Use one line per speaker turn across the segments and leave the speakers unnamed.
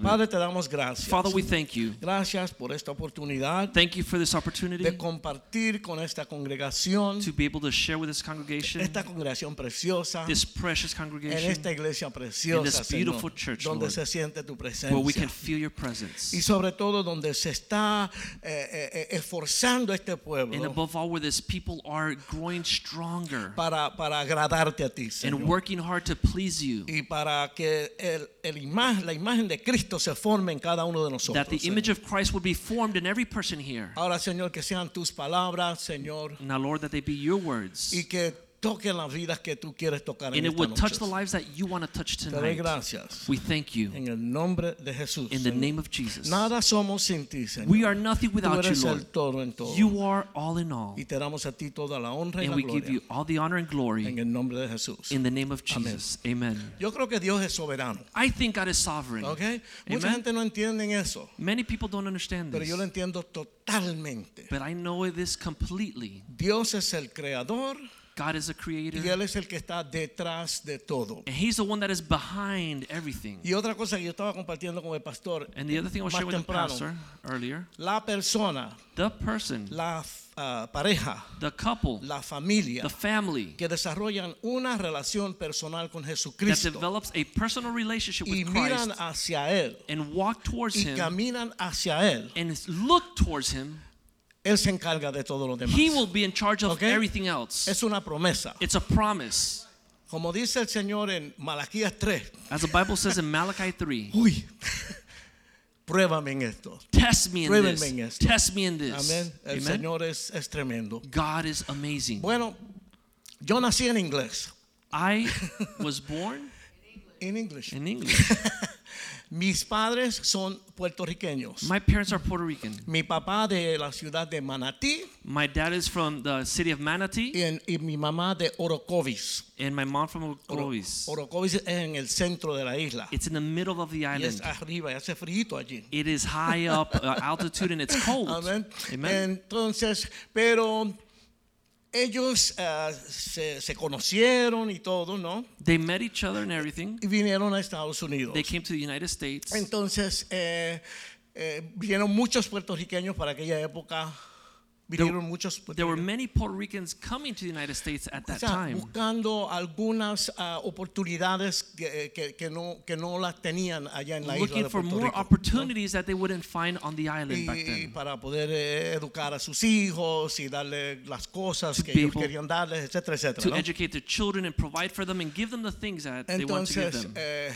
Padre, te damos gracias.
Father, we thank you.
Gracias por esta oportunidad
Thank you for this opportunity
de compartir con esta congregación,
to be able to share with this congregation,
esta congregación preciosa,
this precious
en esta
congregation,
iglesia preciosa,
this beautiful
Señor,
church,
donde
Lord,
se siente tu
where we can
presencia.
feel your
Y
presence.
sobre todo donde se está eh, eh, eh, esforzando este
And
pueblo
above all, where this people are growing stronger
para, para agradarte a ti,
and
Señor.
working hard to please you,
Y para que el, el ima- la imagen de Cristo se forme en cada uno de nosotros.
that the
Señor.
image of Christ would be formed in every person here.
Ahora, Señor, que sean tus palabras, Señor,
Now, Lord, that they be your words,
y que toquen las vidas que tú quieres tocar en
and it
esta
would touch
noche.
the lives that you want to touch
Te doy
tonight.
gracias.
We thank you
En el nombre de Jesús.
in the
Señor.
name of Jesus.
Nada somos sin ti, Señor.
We are nothing
Tú
without you,
eres el
Lord.
todo en todo.
You are all in all.
y te damos a ti toda la honra y
And
la
we give
gloria.
you all the honor and
en
glory
el nombre de Jesús.
in the name of Jesus. Amen.
Yo creo que Dios es soberano.
I think God is sovereign.
¿ok? Mucha gente no entiende eso,
Many people don't understand
pero yo lo
this,
entiendo totalmente.
but I know this completely.
Dios es el creador
God is a creator,
y Él es el que está detrás de todo.
and He's the one that is behind everything.
Y otra cosa que yo estaba compartiendo con el pastor
And the other thing I was
más
sharing with the
temprano,
pastor earlier
la persona,
the person,
la ah, pareja,
the couple,
la familia,
the family
que desarrollan una relación personal con
that
Jesucristo
develops a personal relationship
y
with
miran
Christ
hacia Él
and walk towards
y
Him
caminan hacia Él,
and look towards Him,
Él se encarga de todo lo demás.
He will be in charge of
Okay?
everything else.
Es una promesa.
It's a promise.
Como dice el Señor en Malaquías 3,
As the Bible says in Malachi 3,
uy, pruébame en esto.
test me in
Pruébenme en
this.
esto.
Test me in this.
Amén. El
Amen.
Señor es, es tremendo.
God is amazing.
Bueno, yo nací en inglés.
I was born
En inglés.
in English.
Mis padres son puertorriqueños.
My parents are Puerto Rican.
mi papá de la ciudad de Manatí
My dad is from the city of
y,
Manatee,
en- y mi mamá de Orocovis.
and my mom from
Oro-
Orocovis.
Orocovis es en el centro de la isla.
It's in the middle of the
Y es
island.
arriba, y hace frío allí.
It is high up uh, altitude and it's cold.
Amén.
Amen.
Entonces, pero ellos ah, se, se conocieron y todo, ¿no?
They met each other and everything.
Y vinieron a Estados Unidos.
They came to the United States.
Entonces, eh, eh, vinieron muchos puertorriqueños para aquella época. Vinieron muchos
There were
puertorriqueños.
many Puerto Ricans coming to the United States at
O
that
sea,
time.
buscando algunas ah, oportunidades que, eh, que- que no, que no las tenían allá en la isla
looking
de
for
Puerto
more
Rico, ¿no?
opportunities that they wouldn't find on the island back
y
then.
para poder eh, educar a sus hijos y darle las cosas
To
que
be
ellos
able
querían darles, etcétera,
To
etcétera. ¿no?
educate their children and provide for them and give them the things that they want to give
Entonces,
them.
eh,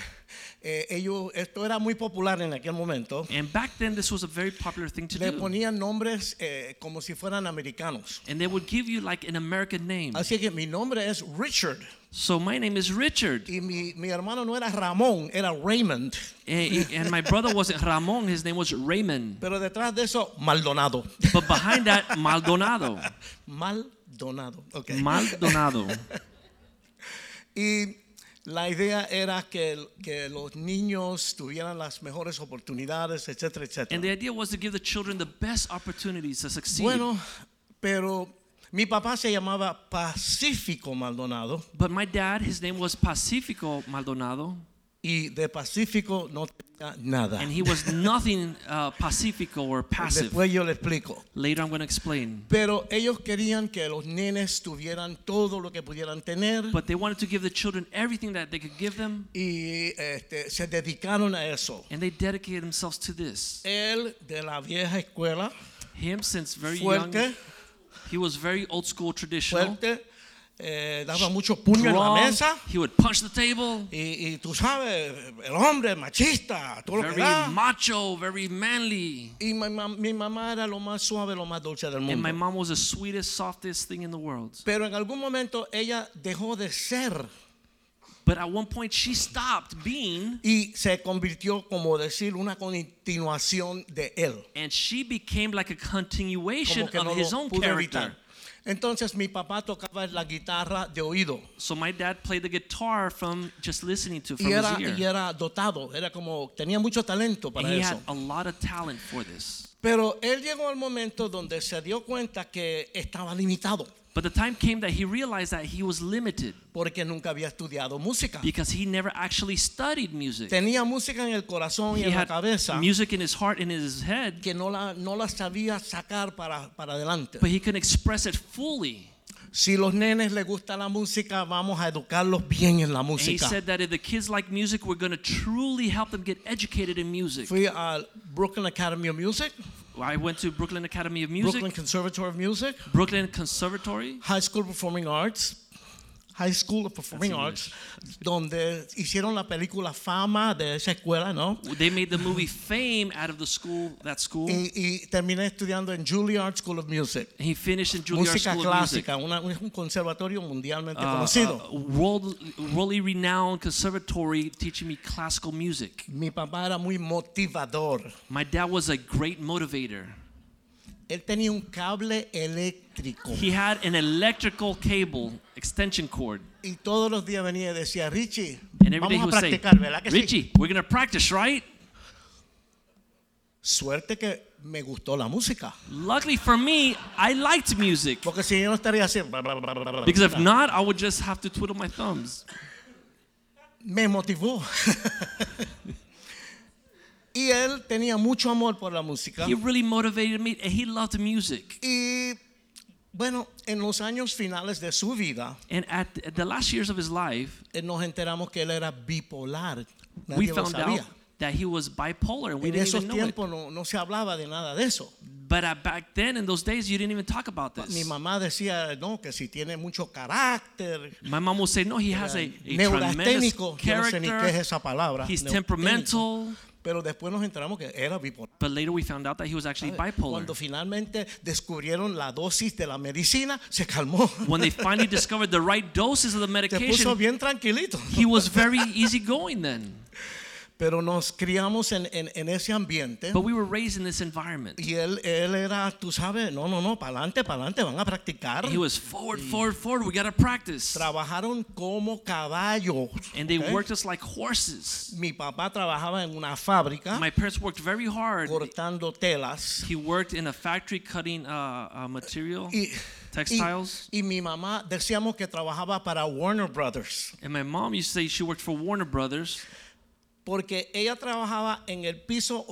eh, ellos, esto era muy popular en aquel momento.
And back then, this was a very popular thing to
Le
do.
ponían nombres eh, como si fueran americanos.
And they would give you like an American name.
Así que mi nombre es Richard
So my name is Richard,
y mi, mi hermano no era Ramón, era Raymond.
and, eh, and my brother wasn't Ramon. His name was Raymond.
Pero detrás de eso, Maldonado.
But behind that, Maldonado,
Maldonado. ok.
Maldonado.
Y la idea era que, el- que los niños tuvieran las mejores oportunidades, etcétera, etcétera.
And the idea was to give the children the best opportunities to succeed.
Bueno, pero mi papá se llamaba Pacífico Maldonado
but my dad, his name was Pacifico Maldonado.
y de Pacífico no tenía nada.
and he was nothing uh, pacifico or passive.
Después yo le explico.
Later, I'm going to explain.
Pero ellos querían que los nenes tuvieran todo lo que pudieran tener
But they wanted to give the children everything that they could give them,
y este, se dedicaron a eso.
and they dedicated themselves to this.
Él de la vieja escuela,
Him, since very young,
fuerte,
he was very old school traditional.
fuerte, eh, daba mucho puño en la
Strong.
mesa.
He would punch the table.
Y, y tú sabes, el hombre machista, todo lo que
Very
da.
macho, very manly.
Y mi, mam- mi mamá era lo más suave, lo más dulce del mundo.
And my mom was the sweetest, softest thing in the world.
Pero en algún momento ella dejó de ser
But at one point, she stopped being,
y se convirtió, como decir, una continuación de él.
and she became like a continuation
Como que
of
no
his
lo
own
pudo
character.
evitar. Entonces mi papá tocaba la guitarra de oído
So my dad played the guitar from just listening to from
y era,
his
y
ear.
era dotado, era como tenía mucho talento
And
para
he
eso.
had a lot of talent for this.
Pero él llegó al momento donde se dio cuenta que estaba limitado
But the time came that he realized that he was limited
porque nunca había estudiado música.
because he never actually studied music.
Tenía música en el corazón y
He
en la
had
cabeza
music in his heart and in his head,
que no la, no la sabía sacar para, para adelante.
but he couldn't express it fully.
Si los nenes les gusta la música, vamos a educarlos bien en la
And he
música.
said that if the kids like music, we're going to truly help them get educated in music.
Fui al Brooklyn Academy of Music,
I went to Brooklyn Academy of Music,
Brooklyn Conservatory of Music,
Brooklyn Conservatory.
High School Performing Arts, High School of Performing
That's
Arts, donde hicieron la película Fama de esa escuela, ¿no?
They made the movie Fame out of the school, that school. And
Y, y terminé estudiando en Juilliard School of Music,
he finished in Juilliard
música
School of Music.
clásica, una- un conservatorio mundialmente
Uh,
conocido.
uh, world, worldly renowned conservatory teaching me classical music.
Mi papá era muy motivador.
My dad was a great motivator.
Él tenía un cable eléctrico.
He had an electrical cable extension cord.
Y todos los días venía y decía, Richie,
And every day he
vamos a
would say,
practicar, ¿verdad que sí?"
Richie, we're going to practice, right?
Suerte que me gustó la música.
Luckily for me, I liked music.
Porque si yo no estaría así, bla, bla, bla, bla, bla,
Because if
bla.
not, I would just have to twiddle my thumbs.
me motivó. y él tenía mucho amor por la música.
He really motivated me, and he loved music.
Y bueno, en los años finales de su vida,
And at the, at the last years of his life,
eh, nos enteramos que él era bipolar.
we
Nadie lo
found out
sabía.
that he was bipolar, and we
En
didn't
esos
even know it.
tiempos no, no se hablaba de nada de eso.
But uh, back then, in those days, you didn't even talk about
Mi
this.
mamá decía, no, que si tiene mucho carácter,
My mom would say, no, he has a, a tremendous
neurasténico, yo no sé ni qué es
character.
esa palabra.
He's
neurasténico.
temperamental.
Pero después nos enteramos que era bipolar.
But later we found out that he was actually
Cuando
bipolar.
finalmente descubrieron la dosis de la medicina, se calmó.
When they finally discovered the right doses of the
se puso
medication,
bien tranquilito.
he was very easygoing then.
Pero nos criamos en, en- en ese ambiente.
But we were raised in this environment.
y él, él era, tú sabes, no, no, no, para adelante, para adelante, van a practicar.
He was forward, forward, forward. We got to practice.
Trabajaron como caballos.
And they
¿ok?
worked us like horses.
Mi papá trabajaba en una fábrica
My parents worked very hard.
cortando telas.
He worked in a factory cutting uh, uh, material,
Y,
textiles.
y, y mi mamá decíamos que trabajaba para Warner Brothers,
And my mom used to say she worked for Warner Brothers
porque ella trabajaba en el piso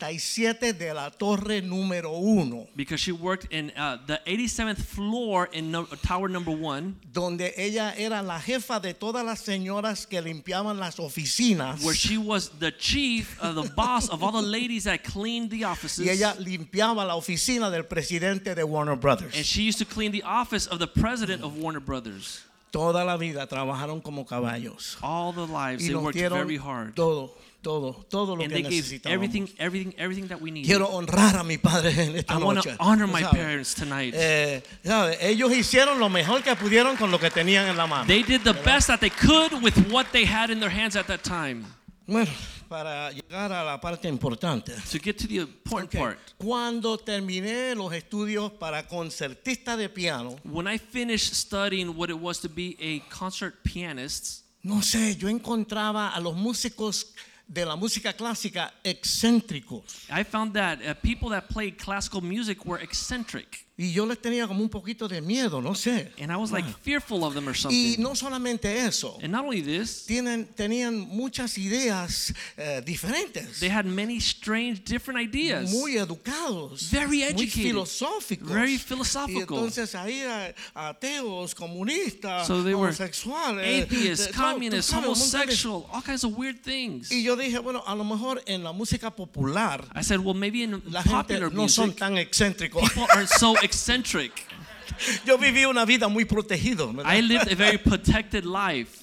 87 de la torre número 1,
because she worked in uh, the 87th floor in no- tower number one,
donde ella era la jefa de todas las señoras que limpiaban las oficinas.
where she was the chief, uh, the boss of all the ladies that cleaned the offices.
Y ella limpiaba la oficina del presidente de Warner Brothers.
And she used to clean the office of the president of Warner Brothers.
Toda la vida trabajaron como caballos.
All the lives
Y
they
nos
worked
dieron
very hard.
todo, todo, todo lo
And
que
they gave everything,
necesitábamos.
everything, everything that we needed.
Quiero honrar a mi padre en esta
I want
noche.
to honor
tú
my
sabes.
parents tonight.
Eh, ¿sabe? Ellos hicieron lo mejor que pudieron con lo que tenían en la mano.
They did the best that they could with what they had in their hands at that time.
bueno, para llegar a la parte importante.
To get to the important
Ok,
part,
Cuando terminé los estudios para concertista de piano,
when I finished studying what it was to be a concert pianist,
no sé, yo encontraba a los músicos de la música clásica excéntricos
I found that uh, people that played classical music were eccentric,
y yo les tenía como un poquito de miedo, no sé. Ah.
and I was like fearful of them or
Y
something.
no solamente eso,
And not only this,
tienen, tenían muchas ideas eh, diferentes.
they had many strange, different ideas.
muy educados, muy
Very educated,
filosóficos,
very philosophical.
Y entonces ahí eh, ateos, comunistas,
So they were
homosexuales,
atheists,
eh, de- no, tú
communists,
sabes, un montón de-
homosexual, all kinds of weird things.
Y yo dije, bueno, a lo mejor en la música popular
I said, well, maybe in
la gente
popular
no son
music,
tan excéntricos.
people aren't so eccentric.
yo viví una vida muy protegida.
I lived a very protected life.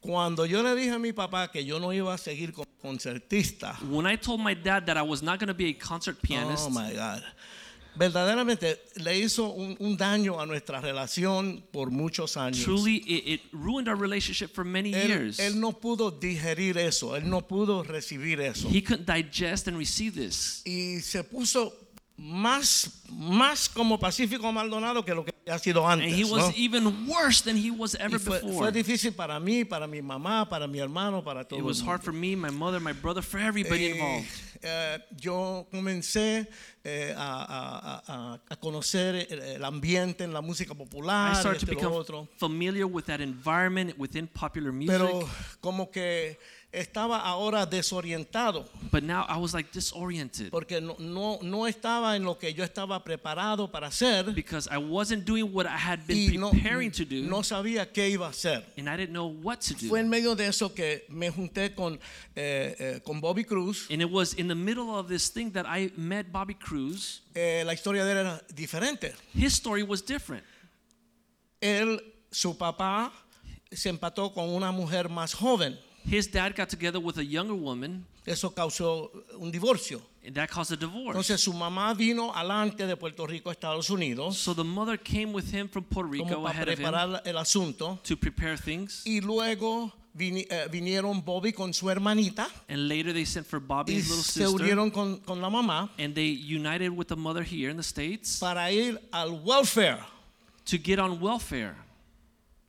Cuando yo le dije a mi papá que yo no iba a seguir como concertista,
When I told my dad that I was not going to be a concert pianist,
oh my God, verdaderamente le hizo un, un daño a nuestra relación por muchos años.
Truly, it, it ruined our relationship for many
él,
years.
él no pudo digerir eso, él no pudo recibir eso.
He couldn't digest and receive this.
y se puso más, más como Pacífico Maldonado que lo que ha sido
And
antes.
he was
¿no?
even worse than he was ever
Y fue,
before.
fue difícil para mí, para mi mamá, para mi hermano, para todo.
It
el
was hard
mundo.
for me, my mother, my brother, for everybody
Eh,
involved.
eh, yo comencé eh, a, a- a- a conocer el, el ambiente en la música
I
popular,
started to
este, lo
become
otro.
familiar with that environment within popular music.
Pero como que estaba ahora desorientado,
but now I was like disoriented
porque no, no, no estaba en lo que yo estaba preparado para hacer
because I wasn't doing what I had
y
been
no,
preparing to do,
no sabía qué iba a hacer.
and I didn't know what to do.
Fue en medio de eso que me junté con, eh, eh, con Bobby Cruz.
and it was in the middle of this thing that I met Bobby Cruz.
Eh, la historia de él era diferente.
His story was different.
Él, su papá, se empató con una mujer más joven.
His dad got together with a younger woman,
Eso causó un divorcio.
and that caused a divorce.
Entonces su mamá vino adelante de Puerto Rico a Estados Unidos
so the mother came with him from Puerto
como
Rico
para
ahead of him
preparar el asunto.
to prepare things.
Y luego vini- eh, vinieron Bobby con su hermanita
And later they sent for
y
Bobby's little
se
sister.
unieron con, con la mamá
and they united with the mother here in the states
para ir al welfare,
to get on welfare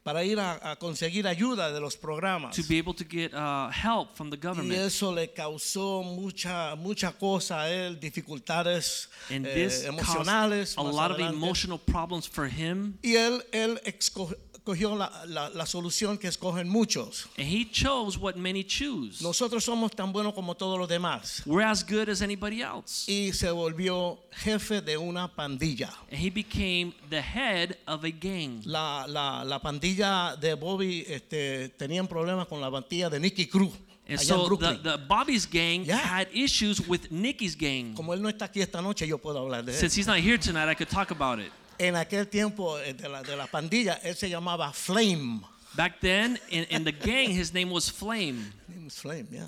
para ir a, a conseguir ayuda de los programas.
to be able to get uh, help from the
Y
government
eso le causó mucha, mucha cosa a él, dificultades
and
eh,
this
emocionales.
caused a
más
lot of
adelante.
emotional problems for him
Y él, él esco- escogió la, la- la solución que escogen muchos.
and he chose what many choose
Nosotros somos tan buenos como todos los demás.
we're as good as anybody else
Y se volvió jefe de una pandilla.
and he became the head of a gang
La, la- la pandilla de Bobby este, tenían problemas con la pandilla de Nicky Cruz.
and
allá en
so the,
Brooklyn.
the Bobby's gang
Yeah.
had issues with Nikki's gang
Como él no está aquí esta noche, yo puedo hablar de eso.
since he's not here tonight I could talk about it
En aquel tiempo eh, de la, de la pandilla, él se llamaba Flame.
back then in, in the gang his name was Flame
Name is Flame, yeah.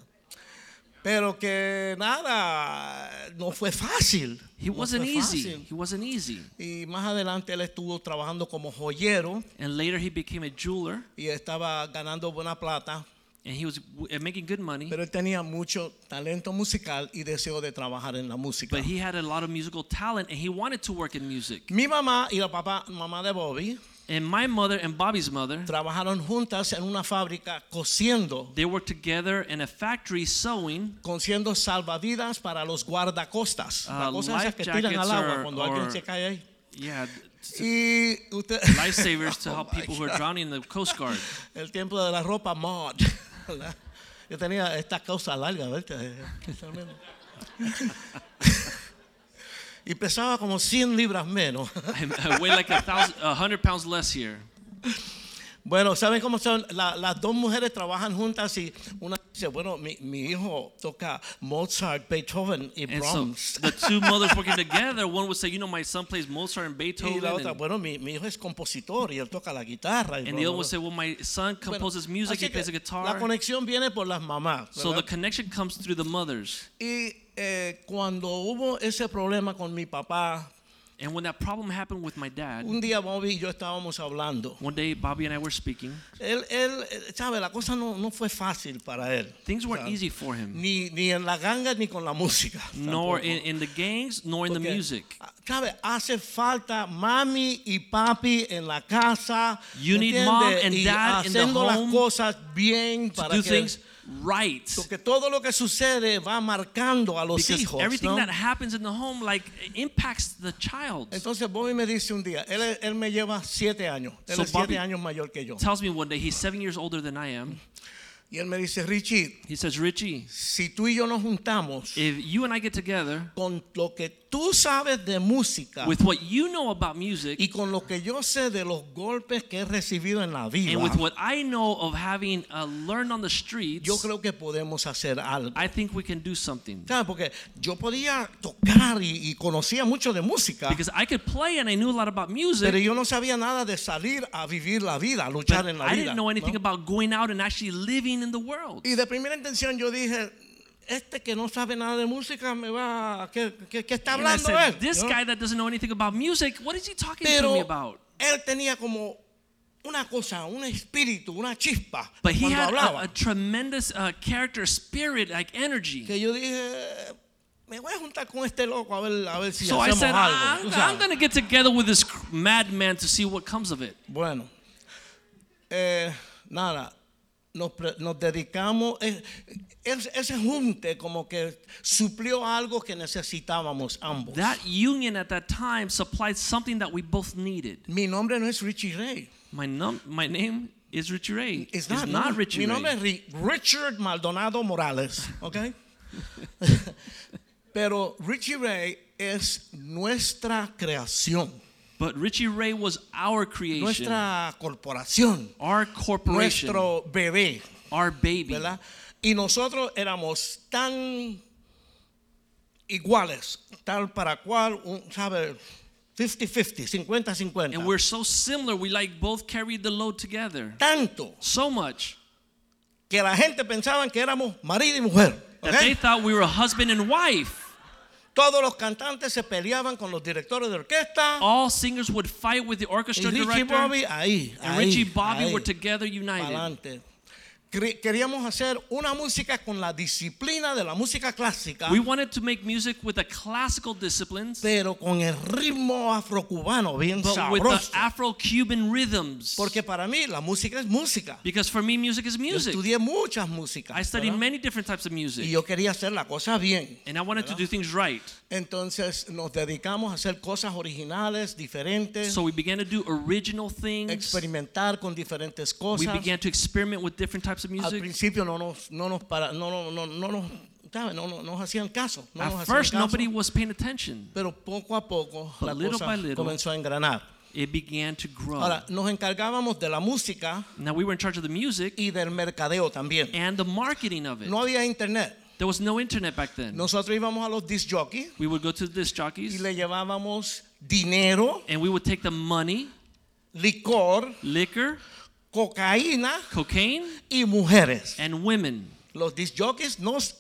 Pero que nada, no fue fácil.
he
No fue
wasn't easy
fácil.
he wasn't easy
Y más adelante él estuvo trabajando como joyero
And later he became a jeweler
y estaba ganando buena plata,
and he was w- uh, making good money,
pero él tenía mucho talento musical y deseo de trabajar en la música.
but he had a lot of musical talent and he wanted to work in music.
Mi mamá y la papá, mamá de Bobby
And my mother and Bobby's mother,
trabajaron juntas en una fábrica cosiendo,
they worked together in a factory sewing
cosiendo salvavidas para los guardacostas,
Ah,
las cosas esas
life
que tiran al
jackets
agua
or-
cuando alguien
or-
se cae ahí.
yeah, th- s-
Y usted
lifesavers to
Oh
help
my
people who are
God.
drowning in the Coast Guard.
El tiempo de la ropa mod. ¿verdad? Yo tenía estas cosas largas, ¿viste? Eh, Tremendo. y pesaba como 100 libras menos.
I, I weigh like a thousand, a hundred pounds less here.
Bueno, ¿saben cómo son? La- las dos mujeres trabajan juntas y una dice, bueno, mi, mi hijo toca Mozart, Beethoven y
And
Brahms.
so the two mothers working together, one would say, you know, my son plays Mozart and
y
Beethoven.
la otra,
and,
bueno, mi, mi hijo es compositor y él toca la guitarra. y bla,
and the
bla,
other would
bla".
say, well, my son
Bueno,
composes music,
así
he plays
que
a
La
guitar.
conexión viene por las mamás.
So
¿verdad?
the connection comes through the mothers.
Y eh, cuando hubo ese problema con mi papá,
And when that problem happened with my dad,
un día Bobby y yo estábamos hablando.
One day, Bobby and I were speaking.
Él, él eh, sabe, la cosa no, no fue fácil para él.
Things weren't
¿sabe?
easy for him,
Ni, ni en la ganga ni con la música.
nor
tampoco.
in, in the gangs, nor in the
Porque,
music.
ah, ¿Sabe? Hace falta mami y papi en la casa.
You need
¿entiende?
mom and
y
dad in the
haciendo las
home
cosas bien
To
para
do
que
things right.
porque todo lo que sucede va marcando a los
Because
hijos.
everything
¿no?
that happens in the home like impacts the child.
Entonces Bobby me dice un día, él, es- él me lleva siete años, él
So
es siete
Bobby-
años mayor que yo.
Tells me one day he's seven years older than I am.
Y él me dice, Richie,
He says, Richie,
si tú y yo nos juntamos
if you and I get together
con lo que tú sabes de música
with what you know about music
y con lo que yo sé de los golpes que he recibido en la vida,
and with what I know of having uh, learned on the streets,
yo creo que podemos hacer algo.
I think we can do something.
¿Sabes? Porque yo podía tocar y, y conocía mucho de música,
Because I could play and I knew a lot about music,
pero yo no sabía nada de salir a vivir la vida, a
but
luchar en la
I
vida.
didn't know anything
¿no?
about going out and actually living in the world.
Y de primera intención yo dije, este que no sabe nada de música me va, ¿qué, qué, qué está
And I
hablando
said,
él?
this
¿No?
guy that doesn't know anything about music, what is he talking to me
Pero
about?
él tenía como una cosa, un espíritu, una chispa
But he
cuando
had
hablaba.
a, a tremendous uh, character, spirit, like energy.
que yo dije, me voy a juntar con este loco a ver, a ver si
So I
hacemos
said, "Ah,
algo. tú
I'm,
sabes.
I'm going to get together with this cr- madman to see what comes of it.
Bueno, eh, nada, nos, pre- nos dedicamos, eh, es- ese junte como que suplió algo que necesitábamos ambos.
That union at that time supplied something that we both needed.
Mi nombre no es Richie Ray.
My, num- my name is Richie Ray.
It's not,
not
no.
Richie
Mi nombre
Ray.
es Ri- Richard Maldonado Morales, ¿ok? Pero Richie Ray es nuestra creación,
But Richie Ray was our creation,
nuestra corporación,
our corporation,
nuestro bebé.
our baby.
¿verdad? Y nosotros éramos tan iguales, tal para cual, un, ¿sabe? 50-50, 50-50.
And we're so similar, we like both carried the load together.
Tanto
So much
que la gente pensaba que éramos marido y mujer.
that
¿ok?
they thought we were husband and wife.
Todos los cantantes se peleaban con los directores de orquesta.
All singers would fight with the
y
orchestra
Richie
Oh, director.
Bobby ahí.
and
ahí,
Richie Bobby
ahí,
were together united.
pa'lante. Cre- Queríamos hacer una música con la disciplina de la música clásica,
We wanted to make music with the classical disciplines,
pero con el ritmo afrocubano bien
but with the
sabroso.
Afro-Cuban rhythms.
Porque para mí la música es música.
Because for me, music is
Yo
music.
estudié muchas músicas.
I studied
¿verdad?
many different types of music,
y yo quería hacer la cosa bien.
and I wanted to do things right.
Entonces nos dedicamos a hacer cosas originales, diferentes,
So we began to do original things.
experimentar con diferentes
We
cosas.
began to experiment with different types of
Al
music.
principio no nos, no nos, para- no, no, no, no nos, ¿sabe? No, no- nos hacían caso. no nos
At
hacían
first,
caso.
nobody was paying attention.
Pero poco a poco
But
la
little
cosa
by little, Oh.
comenzó a engranar.
It began to grow.
Ahora, nos encargábamos de la música
Now we were in charge of the music
y del mercadeo también.
and the marketing of it.
No había internet.
There was no internet back then.
Nosotros íbamos a los disc jockeys
We would go to the disc
y
jockeys
le llevábamos dinero,
and we would take the money,
licor,
liquor,
cocaína
cocaine,
y mujeres.
and women.
Los disc jockeys nos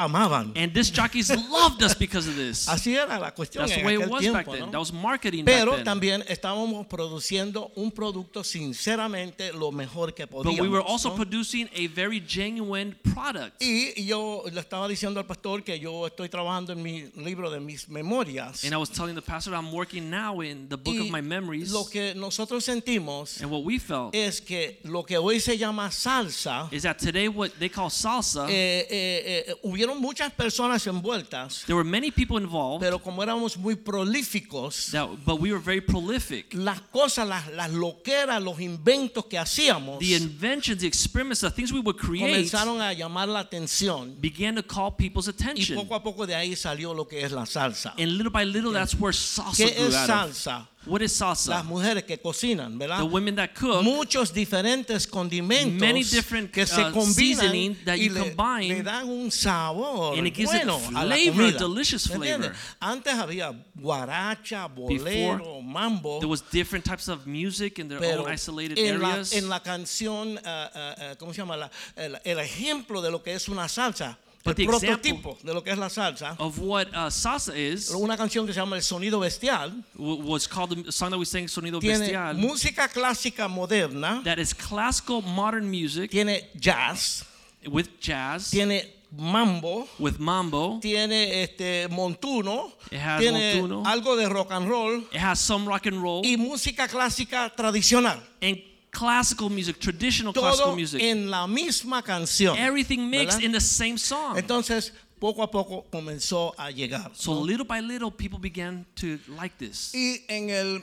amaban.
And disc jockeys loved us because of this.
Así era la cuestión
That's the
en
way it
aquel
was
tiempo,
back then.
¿no?
That was marketing
Pero
back then.
también estábamos produciendo un producto sinceramente lo mejor que
But
podíamos.
we were also
¿no?
producing a very genuine product.
y yo le estaba diciendo al pastor que yo estoy trabajando en mi libro de mis memorias.
And I was telling the pastor I'm working now in the book
Y
of my memories.
Lo que Eh, nosotros sentimos
And what we felt
es que lo que hoy se llama salsa,
is that today what they call salsa,
eh, eh, eh, hubieron muchas personas envueltas,
there were many people involved,
pero como éramos muy prolíficos,
that, but we were very prolific.
las cosas, las, las loqueras, los inventos que hacíamos
The inventions, the experiments, the things we would create
comenzaron a llamar la atención
began to call people's
y
attention.
poco a poco de ahí salió lo que es la salsa.
And little by little, that's where salsa
¿Qué
grew
es
out of.
salsa?
What is
Las
salsa?
mujeres que cocinan, ¿verdad?
The women that cook,
Muchos diferentes condimentos
Many different,
que se
uh,
combinan
seasoning that
y
you
le,
combine,
le dan un sabor
and it gives it
bueno a la
flavor,
comida.
delicious
¿Me entiendes?
flavor.
Antes había guaracha, bolero,
Before,
mambo.
there was different types of music in their
Pero
own isolated
en la,
areas.
en la canción, ah, ah, ah, ¿cómo se llama? La- el, el ejemplo de lo que es una salsa,
But
el
the example-
prototipo de lo que es la salsa,
Of what uh, salsa is,
una canción que se llama El Sonido Bestial,
w- was called the song that we sang, Sonido
tiene
Bestial,
música clásica moderna,
that is classical modern music
tiene jazz,
with jazz,
tiene mambo,
with mambo.
tiene este montuno,
It has
tiene
montuno.
algo de rock and roll
It has some rock and roll
y música clásica tradicional.
and classical music, traditional classical
Todo
music.
en la misma canción.
Everything mixed
¿verdad?
in the same song.
Entonces, poco a poco comenzó a llegar.
So little by little, people began to like this.
Y en el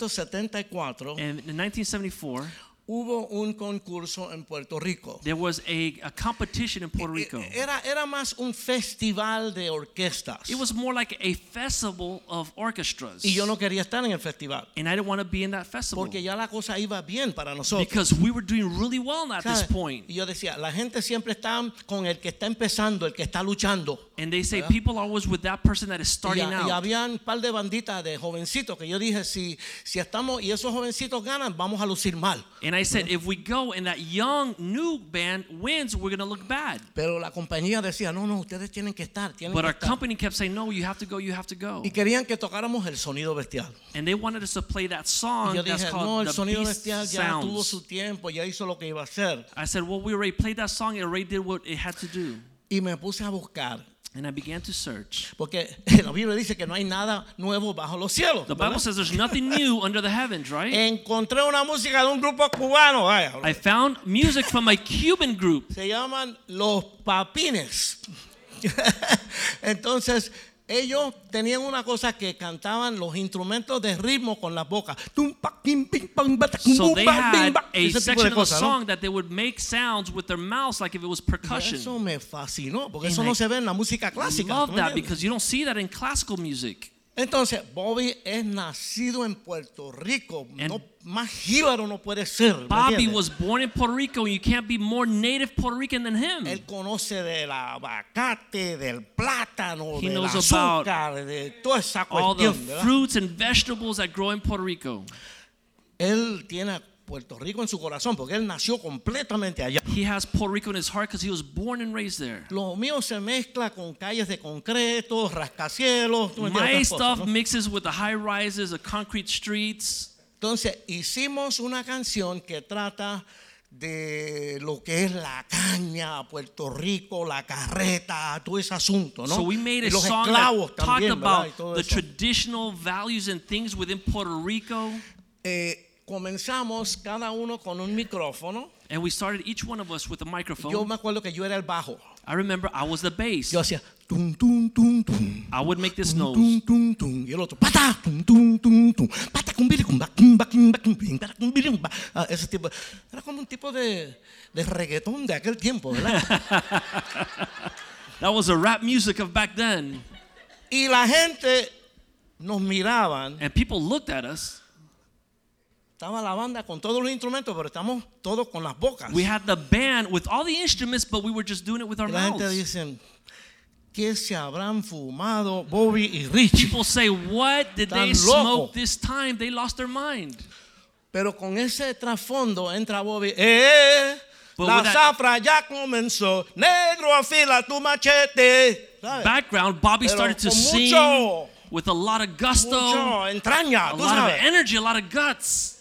1974
And in 1974,
hubo un concurso en Puerto Rico.
there was a, a competition in Puerto Rico.
e Era, era más un festival de orquestas.
It was more like a festival of orchestras.
y yo no quería estar en el festival.
and I didn't want to be in that festival
Porque ya la cosa iba bien para nosotros.
because we were doing really well at this
¿sabes?
point.
Y yo decía, la gente siempre está con el que está empezando, el que está luchando.
And they say people are always with that person that is
Y,
starting
a- y
out.
habían un par de banditas de jovencitos que yo dije, si, si estamos y esos jovencitos ganan, vamos a lucir mal.
And And I said, if we go and that young, new band wins, we're going to look bad.
Pero la compañía decía, no, no, ustedes tienen que estar, tienen
But
que
our
estar.
company kept saying, no, you have to go, you have to go.
Y querían que tocáramos el sonido bestial.
And they wanted us to play
Y
that song
yo
that's
dije, no,
called
el
The
sonido
Beast
bestial ya tuvo
Sounds.
su tiempo, ya hizo lo que iba a hacer.
I said, well, we already played that song. It already did what it had to do.
Y me puse a buscar.
And I began to search.
Porque la Biblia dice que no hay nada nuevo bajo los cielos.
The Bible
¿verdad?
says there's nothing new under the heavens, right?
Eh. Encontré una música de un grupo cubano. vaya.
I found music from a Cuban group.
se llaman los papines. Entonces, ellos tenían una cosa que cantaban los instrumentos de ritmo con las bocas. Tum, pa, quim, pim, pam, ba, ta, quim,
So
bum,
they
ba, bim,
had
ba.
a
Ese tipo
section
de
of the
cosas, ¿no?
song that they would make sounds with their mouths like if it was
Eso
percussion.
me fascinó, porque
And
eso no
I
se ve en la música
I
clásica. ¿tú
love
me
that
entiendes?
because you don't see that in classical music.
Entonces, Bobby es nacido en Puerto Rico.
And-
No, más jíbaro no puede ser. ¿me
Bobby
entiendes?
was born in Puerto Rico. and You can't be more native Puerto Rican than him.
Él conoce del aguacate, del plátano,
He
del
knows about
azúcar, de toda esa
All the
cuestión. ¿verdad?
fruits and vegetables that grow in Puerto Rico.
Él tiene a Puerto Rico en su corazón porque él nació completamente allá.
He has Puerto Rico in his heart because he was born and raised there.
Lo mío se mezcla con calles de concreto, rascacielos. tú me
My
entiendes, otras cosas,
stuff
¿no?
mixes with the high rises, the concrete streets.
Entonces hicimos una canción que trata de lo que es la caña, Puerto Rico, la carreta, todo ese asunto, Oh, ¿no?
So we made
Y
a
los
song
esclavos
that talked
también, ¿verdad? Y
about
todo
the
eso.
traditional values and things within Puerto Rico,
Eh, comenzamos cada uno con un micrófono.
and we started each one of us with a
Yo
microphone.
me acuerdo que yo era el bajo.
I remember I was the bass.
Yo hacía tum tum tum tum.
I would make this
tum,
nose.
tum, tum, tum. Y el otro, pata, tum, tum, tum, tum. Pata, cumbiri, cumba, cumba, cumba, cumbiri, para, cumbiri, cumba. Ah, ese tipo. Era como un tipo de, de reggaetón de aquel tiempo, ¿verdad?
That was the rap music of back then,
y la gente nos miraban.
and people looked at us.
Estaba la banda con todos los instrumentos, pero estamos todos con las bocas.
We had the band with all the instruments, but we were just doing it with our
y la gente
mouths.
dice, ¿qué se habrán fumado Bobby y Richie?
People say, "What did
Tan
they
loco.
smoke this time? They lost their mind."
Pero con ese trasfondo entra Bobby. ¡Eh!
But
la
with that-
zafra ya comenzó. Negro, afila tu machete. ¿Sabes?
Background, Bobby
Pero
started to
con
sing
mucho-
with a lot of gusto,
Mucho entraña,
a
tú
lot of
sabes.
energy, a lot of guts.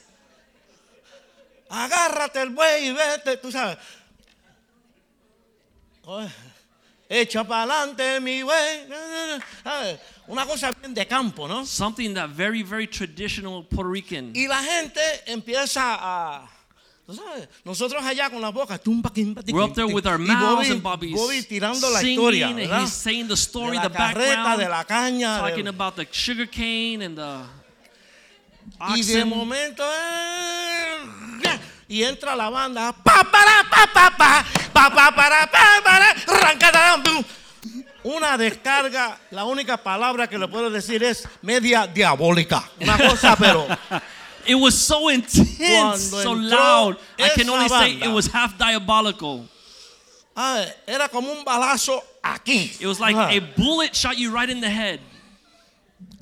Agárrate el buey y vete, tú sabes. Oye, Echa para adelante mi buey. Na, na, na. ¿Sabes? Una cosa bien de campo, ¿no?
Something that very, very traditional Puerto Rican.
Y la gente empieza a. Tú sabes, nosotros allá con las bocas. Tumba, quimba, tiquim,
We're up there
tiquim.
with our
Y
mouths
Bobby-
and Bobby's
Bobby tirando la
singing
historia,
and
¿verdad?
he's saying the story,
de la
the
carreta,
background,
de la caña. de-
talking about the sugar cane and the
y de
oxen.
momento eh, y entra la banda pa para pa pa pa pa pa para pa para rancatarán, pum. una descarga, la única palabra que le puedo decir es media diabólica. Una cosa, pero
It was so intense,
Cuando
so
entró
loud. I can
esa
only say
banda.
it was half diabolical.
a ver, ah, era como un balazo aquí.
It was like
Ajá.
a bullet shot you right in the head.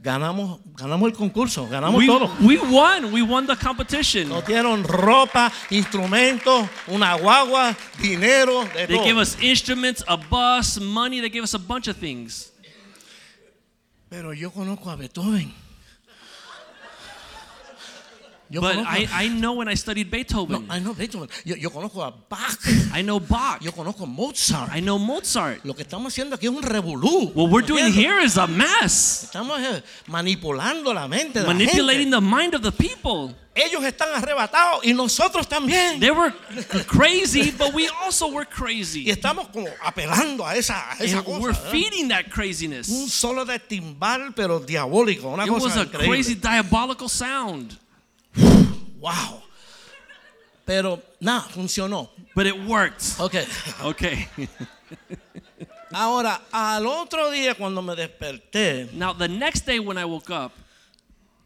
ganamos, ganamos el concurso, ganamos
We,
todo.
we won. We won the competition.
Nos dieron ropa, instrumentos, una guagua, dinero, de
They
todo.
gave us instruments, a bus, money. They gave us a bunch of things.
Pero yo conozco a Beethoven. Yo
But
conozco
I,
a-
I know when I studied Beethoven,
I know Beethoven. Yo, yo conozco a Bach.
I know Bach.
Yo conozco a Mozart.
I know Mozart.
Lo que estamos haciendo aquí es un revolú.
What we're doing
¿entiendes?
here is a mess.
Estamos eh, manipulando la mente de
Manipulating
la gente.
the mind of the people.
Ellos están arrebatados y nosotros también.
They were crazy, but we also were
y
crazy.
estamos como apelando a esa, a esa
And
cosa.
we're
¿verdad?
feeding that
Un
craziness.
solo de timbal, pero diabólico. Una
It
cosa
was a
increíble.
crazy diabolical sound,
Wow. Pero nada, funcionó.
but it worked.
Ok.
Okay.
Ahora, al otro día cuando me desperté,
Now, the next day when I woke up,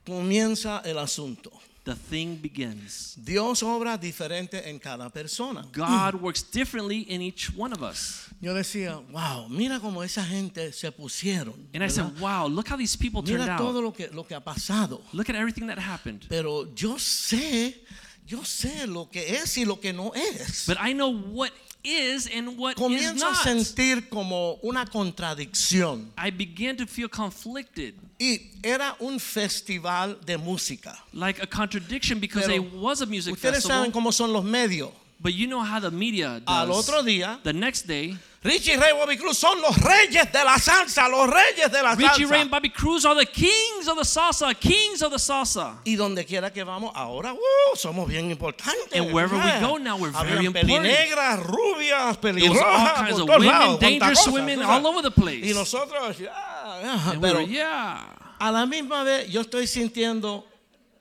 comienza el asunto.
the thing begins.
Dios obra diferente en cada persona.
God works differently in each one of us.
Yo decía, wow, mira cómo esa gente se pusieron.
And I
¿verdad?
said, wow, look how these people turned
mira todo
out.
lo que, lo que ha pasado.
Look at everything that happened.
Pero yo sé Yo sé lo que es y lo que no es.
But I know what is and what is
Comienzo a
not.
sentir como una contradicción.
I began to feel conflicted,
Y era un festival de música.
like a contradiction because
Pero
it was a music
Ustedes saben
festival.
cómo son los medios.
But you know how the media
Al
does.
otro día-
the next day,
Richie Ray Bobby Cruz son los reyes de la salsa, los reyes de la
Richie
salsa.
Ray and Bobby Cruz are the kings of the salsa, kings of the salsa.
Y donde quiera que vamos, ahora uh, somos bien importantes.
And wherever we
¿verdad?
go now, we're
Habían
very important.
pelinegras, rubias,
There was all
pelirrojas,
kinds
por todos
of women,
lados, cuanta
dangerous
cosa,
women
¿tú
all
sabes?
over the place.
Y nosotros, ah, ah,
And we
pero
were, yeah.
a la misma vez yo estoy sintiendo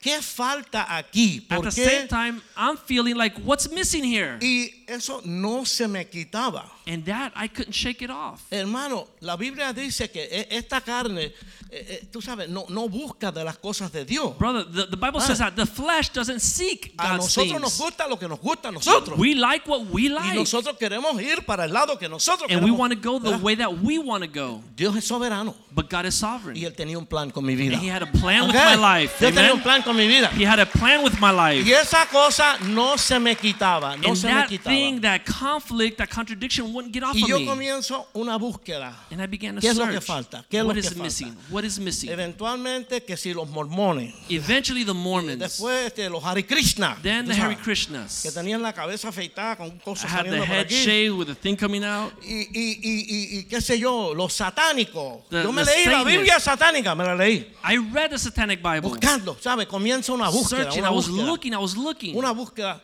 qué falta aquí,
At the
¿por
same
qué?
time, I'm feeling like what's missing here,
Y eso no se me quitaba.
and that I couldn't shake it off.
Hermano, la Biblia dice que e- esta carne, eh, eh, tú sabes, no, no busca de las cosas de Dios.
Brother, the, the Bible
Ah.
says that the flesh doesn't seek
A
God's
nosotros nos
things.
gusta lo que nos gusta a nosotros.
We like what
Y
we like,
nosotros queremos ir para el lado que nosotros
and we
queremos. Ah.
want to go the
¿verdad?
way that we want to go.
Dios es soberano.
But God is sovereign,
Y Él tenía un plan con mi vida.
and He had a plan with
Ok.
my life.
Dios tenía un
Amen?
plan con mi vida.
He had a plan with my life,
Y esa cosa no se me quitaba, no
and
se me
that
quitaba.
thing, that conflict, that contradiction wouldn't get off
Y
of
yo
me.
comienzo una búsqueda.
And I began to
¿Qué es lo
search.
que falta? ¿Qué es lo
What
que
is
falta?
missing? What is missing?
Eventualmente que si los mormones,
Eventually, the Mormons,
después este, los Hare Krishna,
then
tú
the Hare
sabes,
Krishnas,
que tenían la cabeza afeitada con cosas
had the
saliendo por
head
aquí.
shaved with a thing coming out.
Y, y, y, y, y qué sé yo, los satánicos.
The-
yo me
the
leí la
Satanists.
Biblia satánica, me la leí.
I read the Satanic Bible,
Buscando, ¿sabes? Comienza una búsqueda.
searching.
una
I was
búsqueda.
looking. I was looking.
una búsqueda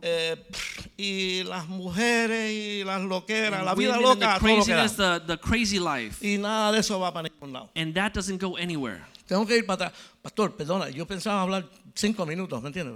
eh, pff, y las mujeres y las loqueras, la vida
Women and
loca,
the
todo lo que da.
craziness, the, the crazy life,
y nada de eso va para ningún lado.
and that doesn't go anywhere.
Tengo que ir para atrás. Pastor, perdona, yo pensaba hablar cinco minutos, ¿me entiendes?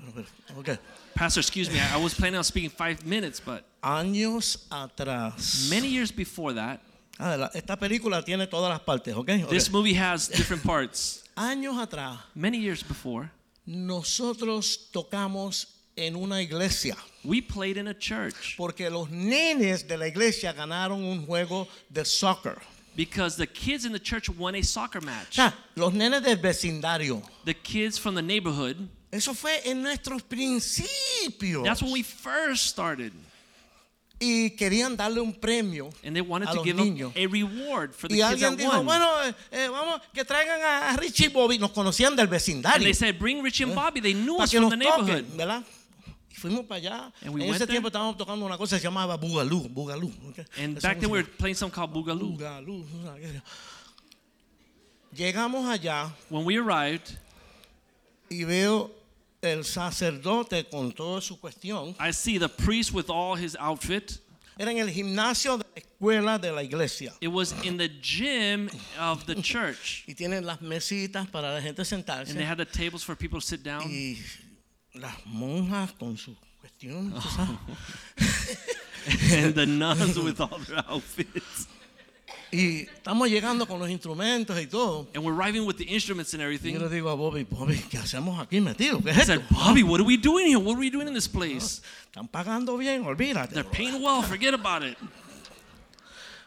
Ok.
Pastor, excuse me. I, I was planning on speaking five minutes, but
Años atrás.
many years before that,
Adela- esta película tiene todas las partes, ¿ok? Ok.
this movie has different parts.
Años atrás,
Many years before,
nosotros tocamos en una iglesia
we played in a church
porque los nenes de la iglesia ganaron un juego de soccer.
because the kids in the church won a soccer
O
match.
sea, los nenes del vecindario.
The kids from the neighborhood.
Eso fue en nuestros principios.
That's when we first started.
y querían darle un premio
And they wanted
a
to
los
give
niños.
up a reward for the
Y
kids
alguien
that
dijo,
won.
bueno, eh, eh, vamos, que traigan a, a Richie Bobby. Nos conocían del
and
vecindario.
they said, bring Richie and Bobby. They knew
Eh. para
us
que
from
nos
the neighborhood.
toquen, ¿verdad? Y fuimos para allá.
And we
en
went
ese
there.
tiempo estábamos tocando una cosa que se llamaba Boogaloo. Boogaloo. ¿ok?
And
Esa
back then we were
música.
playing something called Boogaloo.
Boogaloo. Llegamos allá
When we arrived,
y veo el sacerdote con toda su cuestión.
I see the priest with all his outfit.
Era en el gimnasio de la escuela de la iglesia.
It was in the gym of the church.
y tienen las mesitas para la gente
And they
sentarse
had the tables for people to sit down.
y las monjas con sus cuestiones tú sabes.
And the nuns with all their outfits.
y estamos llegando con los instrumentos y todo
And we're arriving with the instruments and
y yo le
everything.
digo a Bobby Bobby ¿qué hacemos aquí metido? ¿qué es
I
esto?
said, Bobby, what are we doing here? What are we doing in this place?
están pagando bien olvídate
They're paying well. Forget about it.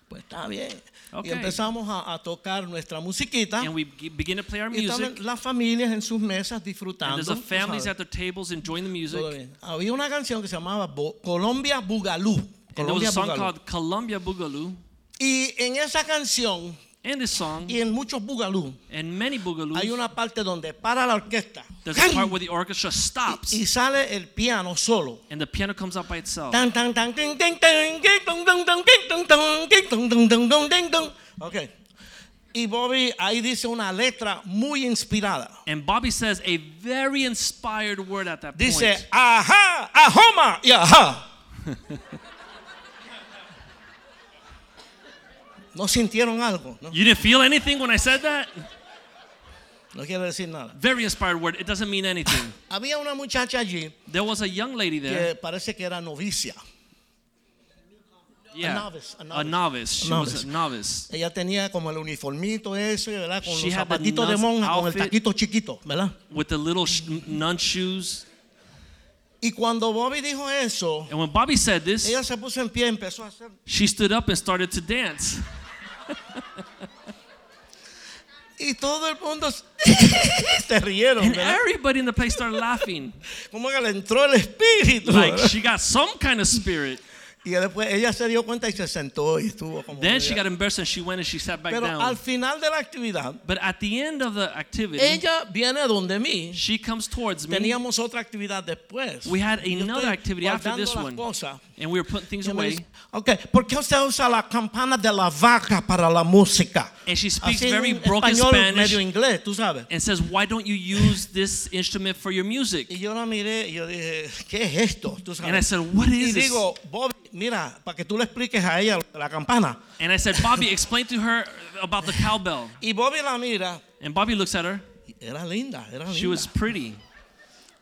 pues está bien
Ok.
y empezamos a, a tocar nuestra musiquita
And we be- begin to play our
y
music.
estaban las familias en sus mesas
And
disfrutando
there's the
tú
families
sabes,
at their tables enjoying the music.
todo bien. había una canción que se llamaba Bo- Colombia Bugalú
And there was
Colombia
a song
Boogaloo.
called Columbia Boogaloo.
y en esa canción
And this song,
y en muchos Bugalú
and many
Hay
Boogaloos,
una parte donde para la orquesta
there's a part where the orchestra stops
y sale el piano solo.
and the piano comes out by itself.
Tan, tan, tan, tin, tin, tin, tin, tun, tun, tun, tin, tun, tun, tin, tun, tun, tun, tun, tin, tun. Ok. Y Bobby ahí dice una letra muy inspirada.
And Bobby says a very inspired word at that
Dice,
point.
ajá, ajoma y ajá. No sintieron algo, ¿no?
You didn't feel anything when I said that?
No quiere decir nada.
Very inspired word. It doesn't mean anything.
Había una muchacha allí
There was a young lady
que
there.
parece que era novicia.
Yeah.
novice, a novice.
novice. She was
Novice.
a novice.
Ella tenía como el uniformito ese, ¿verdad? Con
She
los
had the
zapatitos de
nun's
monja, con el
outfit.
taquito chiquito, ¿verdad?
With the little sh- nun shoes.
Y cuando Bobby dijo eso,
And when Bobby said this,
ella se puso en pie, empezó a hacer... Oh,
she stood up and started to dance.
Y todo el mundo se se rieron.
And
¿verdad?
everybody in the place started laughing.
Como que le entró el espíritu.
Like
¿verdad?
she got some kind of spirit.
Y después ella se dio cuenta y se sentó y estuvo como.
Then
media-
she got embarrassed and she went and she sat back
Oh, Pero al
down.
final de la actividad,
But at the end of the activity,
ella viene donde mí.
she comes towards me.
Teníamos otra actividad después.
We had
Yo estoy
another activity after
guardando
this
las
one.
cosas.
And we were putting things
Y me
away.
dice, Ok, ¿por qué usted usa la campana de la vaca para la música?
And she speaks
Así en
very
un
broken
español
Spanish.
medio inglés, tú sabes.
And says, Why don't you use this instrument for your
Y
music?
yo la miré y yo dije, ¿qué es esto? Tú sabes.
And I said, "What is
y
this?"
digo, Bob, mira, para que tú le expliques a ella lo de la campana.
And I said, Bobby, explain to her about the cowbell.
Y Bobby la mira,
And Bobby looks at her.
y era linda, era
She
linda.
was pretty.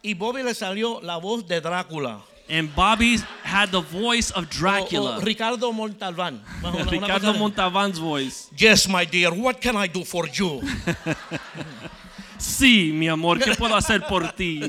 Y Bobby le salió la voz de Drácula.
And Bobby had the voice of
O- o
Dracula.
Oh, Ricardo Montalbán. Más una- una cosa
Ricardo
de-
Montalban's voice.
Yes, my dear, what can I do for you?
Sí, mi amor, ¿qué puedo hacer por ti?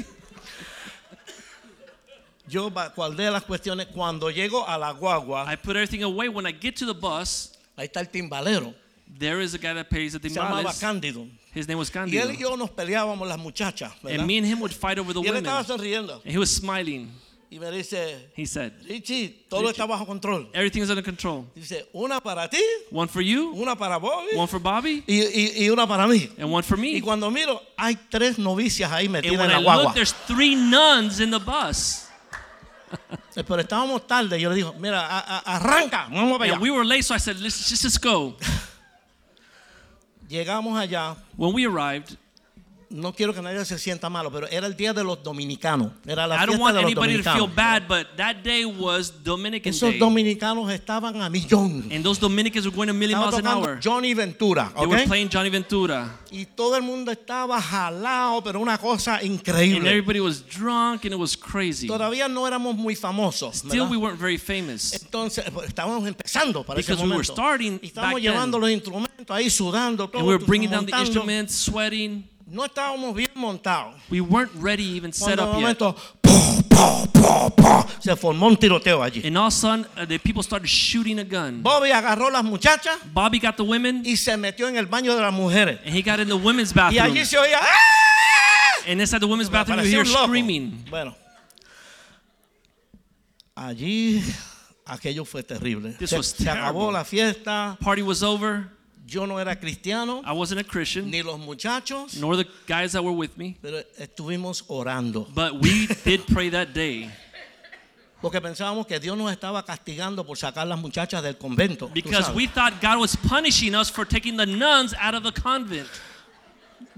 Yo ba- guardé las cuestiones. Cuando llego a la guagua,
I put everything away. When I get to the bus,
ahí está el timbalero.
there is a guy that pays
Se
the
llamaba
timbales.
Cándido.
His name was
Y él y
Candido.
yo nos peleábamos las muchachas. ¿verdad?
And me and him would fight over the
y él
women.
estaba
And
sonriendo.
he was smiling.
Y me dice,
He said,
Richie, todo
Richie.
está bajo control.
Everything is under control.
Dice, una para ti,
One for you,
una para Bobby
one for Bobby,
y, y- y una para mí.
and one for
Y
me.
cuando miro, hay tres novicias ahí
And
metidas en
when I
la guagua.
look, there's three nuns in the bus.
Eh, Pero estábamos tarde. Yo le digo, mira, a- a- arranca, vamos para allá.
And we were late, so I said, let's just, just go.
Llegamos allá.
When we arrived,
No quiero que nadie se sienta malo, pero era el día de los dominicanos. Era la
I don't
fiesta
want
de los
anybody to feel
dominicanos.
bad, but that day was Dominican
Esos
Day.
dominicanos estaban a millón.
And those Dominicans were going a million
Estaba
miles an
tocando
hour.
Johnny Ventura,
They were
¿ok?
playing Johnny Ventura.
Y todo el mundo estaba jalado, pero una cosa
And
increíble.
everybody was drunk, and it was crazy.
Todavía no éramos muy famosos.
Still,
¿verdad?
we weren't very famous.
Entonces, pues, estábamos empezando para ese
Because we were
momento.
starting
Y estábamos
back
llevando
then.
los instrumentos ahí sudando, todo,
And we were
tú-
bringing down the
montando.
instruments, sweating.
No estábamos bien montados.
We weren't ready, even set
Cuando de
up yet.
momento, ¡pum, pum, pum, pum! se formó un tiroteo allí.
And all of a sudden, uh, the people started shooting a gun.
Bobby agarró las muchachas
Bobby got the women,
y se metió en el baño de las mujeres.
and he got in the women's
Y
bathroom.
allí se oía ¡ah!
And inside the women's bathroom, you
Parecía
hear
un loco.
screaming.
Bueno, allí aquello fue terrible.
This
Se,
was
se acabó
terrible.
la fiesta.
Party was over.
Yo no era cristiano,
I wasn't a Christian.
ni los muchachos,
nor the guys that were with me,
pero estuvimos orando.
but we did pray that day
Porque pensábamos que Dios nos estaba castigando por sacar las muchachas del convento. tú
because
sabes.
we thought God was punishing us for taking the nuns out of the convent.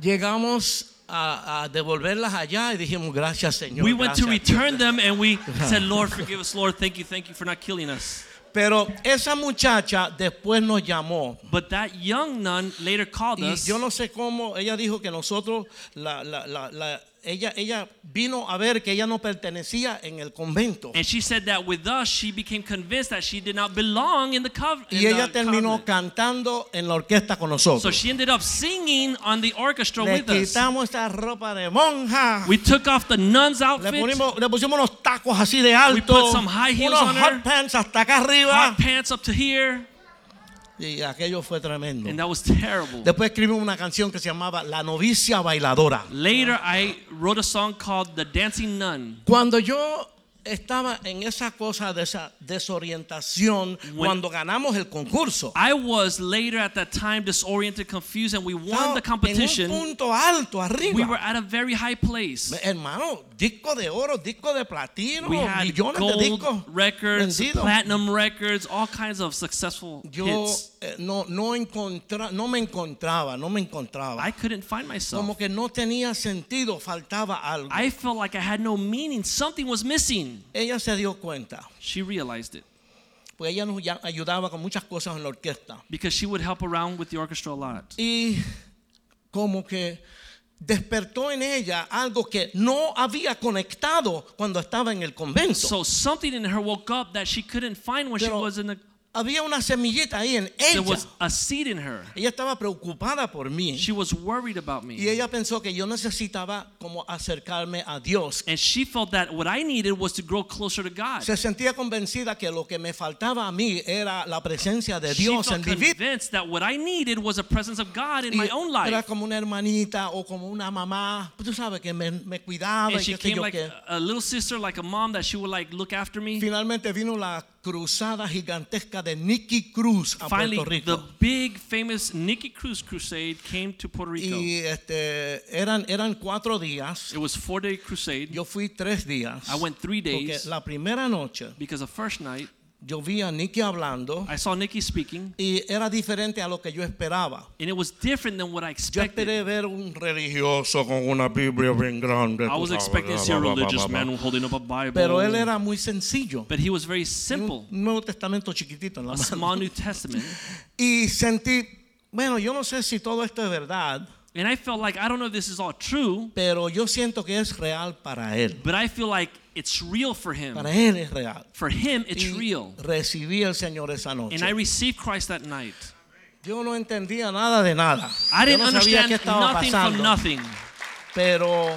Llegamos a, a devolverlas allá y dijimos, gracias Señor.
We went to
gracias".
return them and we said, Lord, forgive us, Lord, thank you, thank you for not killing us.
Pero esa muchacha después nos llamó.
But that young nun later called
Y
us
yo no sé cómo, ella dijo que nosotros, la, la- la- la- ella, ella vino a ver que ella no pertenecía en el convento.
and she said that with us, she became convinced that she did not belong in the, cov- in
Y ella
the
terminó
convent.
cantando en la orquesta con
So
nosotros.
she ended up singing on the orchestra
Le
with us.
quitamos esa ropa de monja.
We took off the nun's
Le,
outfit,
ponimos, le pusimos unos tacos así de alto.
put some high heels
unos
on
hot
her.
pants hasta acá arriba.
hot pants up to here,
Y aquello fue tremendo.
and that was terrible.
Después escribimos una canción que se llamaba La novicia bailadora.
Later, I wrote a song called The Dancing Nun.
Cuando yo estaba en esa cosa de esa desorientación, cuando ganamos el concurso,
I was later at that time disoriented, confused, and we won
estaba en
the
un
competition.
punto alto arriba.
We were at a very high place.
Hermano, disco de oro, disco de platino,
We had
millones de
gold
discos
records,
vendidos.
platinum records, all kinds of successful
Yo
hits.
eh, no, no, encontra- no me encontraba, no me encontraba.
I couldn't find myself.
Como que no tenía sentido, faltaba algo.
I felt like I had no meaning. Something was missing.
Ella se dio cuenta,
She realized it
pues ella nos ya- ayudaba con muchas cosas en la orquesta.
because she would help around with the orchestra a lot.
Y como que despertó en ella algo que no había conectado cuando estaba en el convento.
So something in her woke up that she couldn't find when she
Pero
was in the
había una semillita ahí en
There
ella.
was a seed in her.
Ella estaba preocupada por mí.
She was worried about
Y
me.
ella pensó que yo necesitaba como acercarme a Dios.
And she felt that what I needed was to grow closer to God.
Se sentía convencida que lo que me faltaba a mí era la presencia de
She
Dios en
felt
mi vida.
convinced that what I needed was a presence of God in
Y
my own
Era
life.
como una hermanita o como una mamá, tú sabes, que me, me cuidaba.
And
y
she
qué sé
came
"Ah, yo
like
qué.
a a little sister, like a mom that she would like look after me.
Finalmente vino la cruzada gigantesca de Nicky Cruz a
Finally,
Puerto
the
Rico.
big famous Nikki Cruz crusade came to Puerto Rico.
Y este, eran, eran cuatro días.
It was four day crusade.
Yo fui tres días.
I went three
Porque
days
la primera noche
because the first night
yo vi a Nicky hablando
I saw Nikki speaking
y era diferente a lo que yo esperaba.
and it was different than what I
Yo
expected.
esperé ver un religioso con una Biblia bien grande.
I
tú
was
sabes,
expecting
bla,
to see a
bla, bla,
religious
bla, bla.
man holding up a Bible.
Pero él era muy sencillo.
But he was very
Un
simple,
Nuevo Testamento chiquitito en la
a
mano.
small New Testament.
Y sentí, bueno, yo no sé si todo esto es verdad,
And I felt like, I don't know if this is all true,
pero yo siento que es real para él.
but I feel like it's real for him.
Para él es real.
For him, it's
Y
real.
recibí al Señor esa noche.
And I received Christ that night.
Yo no entendía nada de nada.
I
Yo
didn't
no sabía
understand
qué estaba
nothing from
pasando.
nothing.
Pero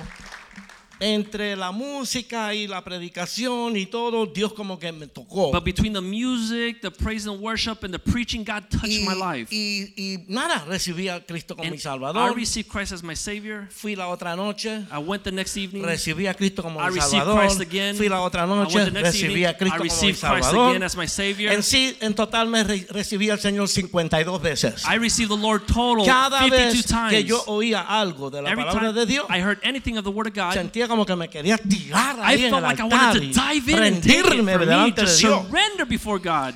entre la música y la predicación y todo, Dios como que me tocó.
But between the music, the praise and worship, and the preaching, God touched
y,
my life.
y- y nada, recibí a Cristo como
And
mi
I
Salvador.
received Christ as my Savior.
Fui la otra noche.
I went the next evening.
Recibí a Cristo como
I
mi
received
Salvador.
Christ again.
Fui la otra
I went
noche.
the next
Recibí
evening.
a Cristo
I
como mi
received Christ
Salvador.
again as my Savior.
En sí, en total me re- recibí al Señor 52 veces.
I received the Lord total
Cada
52
vez que
times.
yo oía algo de la
Every
palabra
time
de Dios,
I heard anything of the Word of God,
sentía como que me quería tirar
I
ahí en el
felt like I
altar
wanted to
y
dive in and take it
rendirme
for me,
delante
to
de Dios.
surrender before God.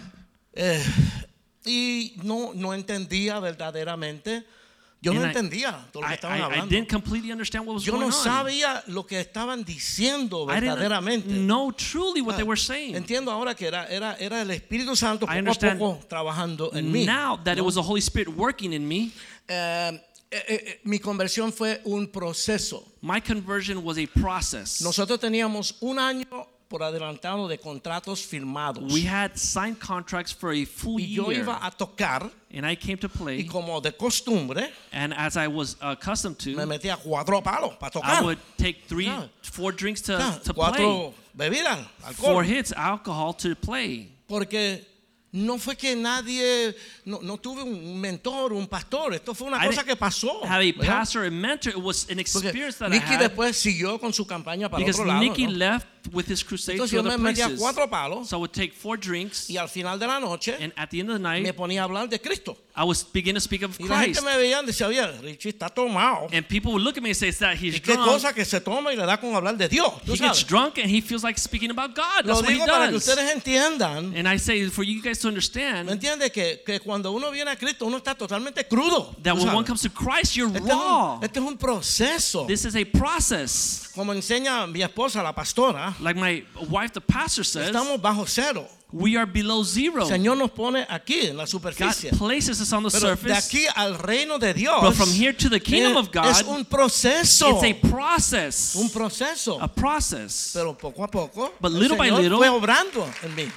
Eh, y no, no entendía verdaderamente. Yo no
And I-
entendía todo lo que
I,
estaban
I, I
hablando.
didn't completely understand what was
Yo no
going on.
sabía lo que estaban diciendo
I
verdaderamente. Ah,
didn't know truly what they were saying.
Entiendo ahora que era, era, era el Espíritu Santo
I
poco a
understand
poco trabajando en mí.
Now that it was the Holy Spirit working in me,
Eh, eh, eh, mi conversión fue un proceso.
my conversion was a process.
Nosotros teníamos un año por adelantado de contratos firmados.
We had signed contracts for a full
y yo
year,
iba a tocar
and I came to
y
play.
como de costumbre
And as I was accustomed
me
to,
metía cuatro palos para
I
tocar.
would take three,
Claro.
four drinks
Ah,
to, to play,
cuatro bebidas,
four
alcohol.
hits alcohol to play.
Porque no fue que nadie, no, no tuve un mentor, un pastor. Esto fue una
I
cosa
didn't
que pasó.
Have a
¿verdad?
pastor, a mentor. It was an
Porque
experience that I
Nicky
had.
después siguió con su campaña para
Because
otro lado.
Nicky
¿no?
left with his crusade
Entonces
to
yo
other
me metía
places.
cuatro palos
So I would take four drinks,
y al final de la noche
and at the end of the night,
me ponía a hablar de Cristo.
I was begin to speak of
Y la gente
Christ.
me veía y decía, oye, Richie está tomado.
And people would look at me and say, "Is that he's
Y qué
drunk?
cosa que se toma y le da con hablar de Dios. ¿Tú
he gets
sabes?
drunk and he feels like speaking about God. That's
Lo
what he
digo para que
does.
ustedes entiendan.
And I say, for you guys to
¿Me
understand,
entiendes? Que, que cuando uno viene a Cristo, uno está totalmente crudo. ¿tú
that when
sabes?
one comes to Christ, you're
Este es,
raw.
un, este es un proceso.
This is a process.
Como enseña mi esposa, la pastora,
Like my wife, the pastor says,
estamos bajo cero.
we are below zero.
El Señor nos pone aquí, en la
God
superficie.
places us on the
Pero de
surface,
aquí al reino de Dios.
but from here to the kingdom
eh,
of God,
es un proceso.
it's a process.
Un proceso.
a process.
Pero poco a poco,
But
el
little by
Señor
little-
fue obrando en mí.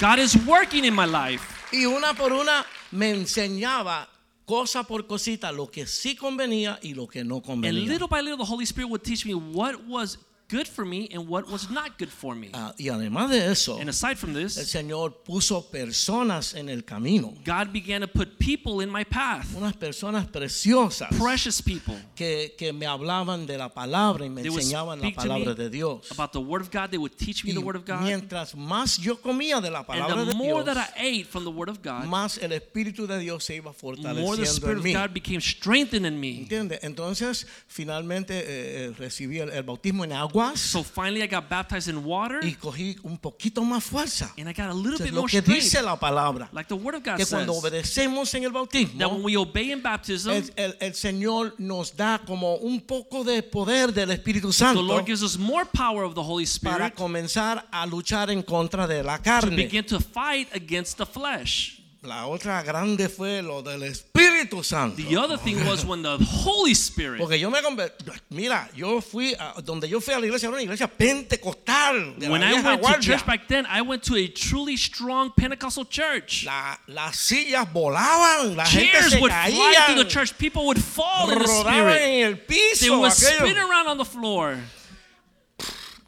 God is working in my life.
Y una por una me enseñaba cosa por cosita lo que sí convenía y lo que no
And
convenía.
little by little, the Holy Spirit would teach me what was good for me and what was not good for me.
Ah, y además de eso,
And aside from
el
this,
Señor puso personas en el camino.
God began to put people in my path,
Unas personas preciosas
precious people.
que, que me hablaban de la palabra y me
They would
enseñaban la
speak to
palabra
me
de Dios.
about the Word of God. They would teach me
Y
the Word of God.
mientras más yo comía de la palabra
And
de
the more
Dios,
that I ate from the Word of God,
más el Espíritu de Dios se iba
more the
fortaleciendo en
Spirit of
mí.
God became strengthened in me.
¿Entiendes? Entonces, finalmente eh, eh, recibí el, el bautismo en aguas
So finally, I got baptized in water
y cogí un poquito más fuerza.
and I got a little
Entonces,
bit
lo
more
que
strength.
dice la palabra,
Like the Word of God
que
says,
cuando obedecemos en el
that when
bautismo,
we obey in baptism,
el, el- el Señor nos da como un poco de poder del Espíritu
the
Santo
Lord gives us more power of the Holy
para
Spirit
comenzar a luchar en contra de la
to
carne.
begin to fight against the flesh.
La otra grande fue lo del Espíritu Santo.
The other thing was when the Holy Spirit,
Porque yo me convertí. Mira, yo fui a, donde yo fui a la iglesia, era una iglesia pentecostal. De
when
la
I
vieja
went to
guardia.
church back then, I went to a truly strong Pentecostal church.
La- las sillas volaban, la gente
Chairs
se
would fly
caía,
through the church. People would fall in the
rodaban
spirit.
en el
They
piso.
would
aquello.
spin around on the floor.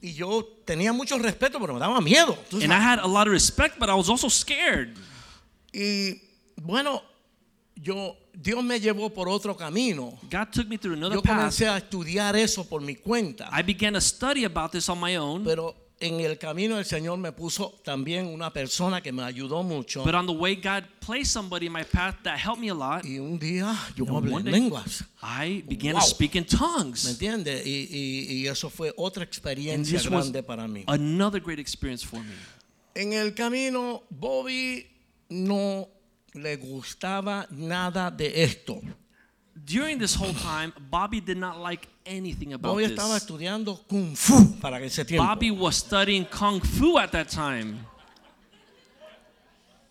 Y yo tenía mucho respeto, pero me daba miedo. tú
And I
sabes.
had a lot of respect, but I was also scared.
Y bueno, yo Dios me llevó por otro camino.
God took me through another
Yo
path.
comencé a estudiar eso por mi cuenta,
I began to study about this on my own.
pero en el camino el Señor me puso también una persona que me ayudó mucho.
But on the way, God placed somebody in my path that helped me a lot.
Y un día yo
And
hablé en
one day-
lenguas,
I began
Wow.
to speak in
¿me
tongues.
entiendes? Y, y- y eso fue otra
And
experiencia
this was
grande para mí.
another great experience for me.
En el camino, Bobby no le gustaba nada de esto.
During this whole time, Bobby did not like anything about
Bobby estaba
this.
estudiando Kung Fu para ese tiempo.
Bobby was studying kung fu at that time.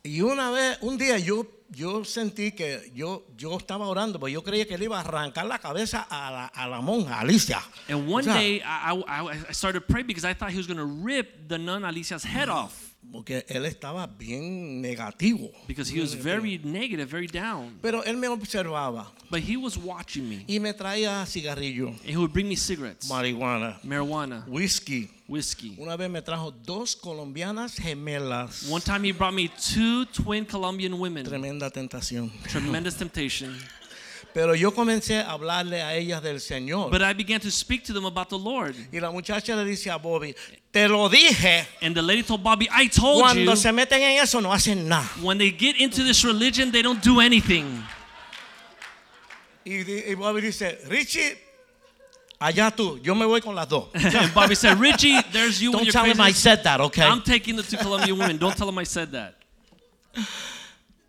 Y una vez, un día yo, yo sentí que yo, yo estaba orando, porque yo creía que él iba a arrancar la cabeza a la, a la monja, Alicia.
And one
O sea,
day, I, I, I- I started praying because I thought he was going to rip the nun Alicia's head off
Porque él estaba bien negativo.
because he was very negative, very down.
Pero él me observaba
But he was watching me.
y me traía cigarrillo,
And he would bring me cigarettes,
marihuana,
marijuana,
whisky.
whiskey.
Una vez me trajo dos colombianas gemelas.
One time, he brought me two twin Colombian women.
Tremenda tentación.
Tremendous temptation.
Pero yo comencé a hablarle a ellas del Señor.
But I began to speak to them about the Lord.
y la muchacha le dice a Bobby, te lo dije,
And the lady told Bobby, I told
cuando
you,
se meten en eso no hacen nada.
when they get into this religion, they don't do anything.
Y, di- y Bobby dice, Richie, allá tú, yo me voy con las dos.
And Bobby said, Richie, there's you and
Don't
your
tell him I
crazy
said that, okay?
I'm taking the two Colombian women. Don't tell them I said that.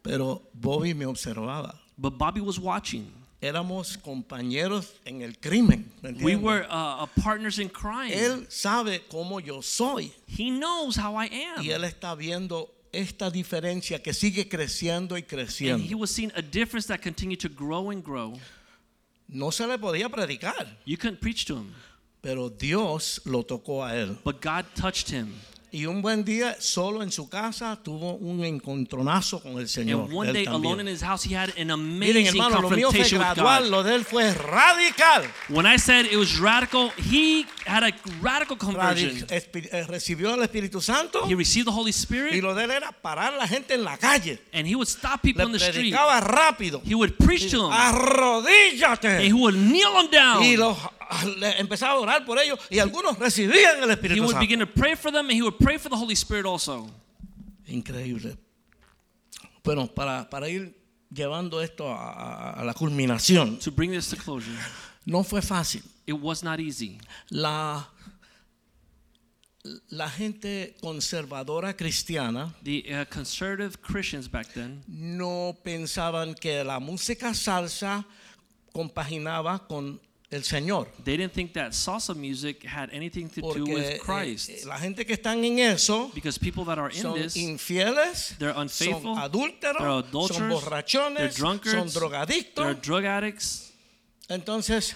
Pero Bobby me observaba.
But Bobby was watching.
Éramos compañeros en el crimen. ¿me
We
entiendes?
were uh, uh, partners in crime.
Él sabe cómo yo soy
he knows how I am.
y él está viendo esta diferencia que sigue creciendo y
and he
creciendo.
was seeing a difference that continued to grow and grow.
No se le podía predicar,
You couldn't preach to him,
pero Dios lo tocó a él.
but God touched him.
Y un buen día, solo en su casa, tuvo un encontronazo con el Señor.
and one
él
day, alone
también.
in his house, he had an amazing
Miren, hermano, lo mío fue
confrontation with
gradual,
God.
lo de él fue radical.
When I said it was radical, he had a radical conversion.
Radi- espi- eh, recibió el Espíritu Santo
He received the
y
Holy Spirit,
lo de él era parar la gente en la calle.
and he would stop people
Le
on the street.
predicaba rápido.
He would preach to them, and he
Arrodíllate.
would kneel them down.
Y los ah, le empezaba a orar por ellos y algunos recibían el
he
Espíritu
would
Santo.
begin to pray for them and he would pray for the Holy Spirit also.
Increíble. Bueno, para, para ir llevando esto a, a- a la culminación,
To bring this to closure,
no fue fácil.
it was not easy.
La, la gente conservadora cristiana
The uh, conservative Christians back then,
no pensaban que la música salsa compaginaba con el Señor.
they didn't think that salsa music had anything to do
Porque
with
eh,
Christ.
eh, la gente que están en eso
because people that are in
son
this,
infieles,
they're
son
unfaithful, they're
adúlteros, son
adulterers,
borrachones,
they're
son
drunkards, they're
drogadictos.
drug addicts.
Entonces,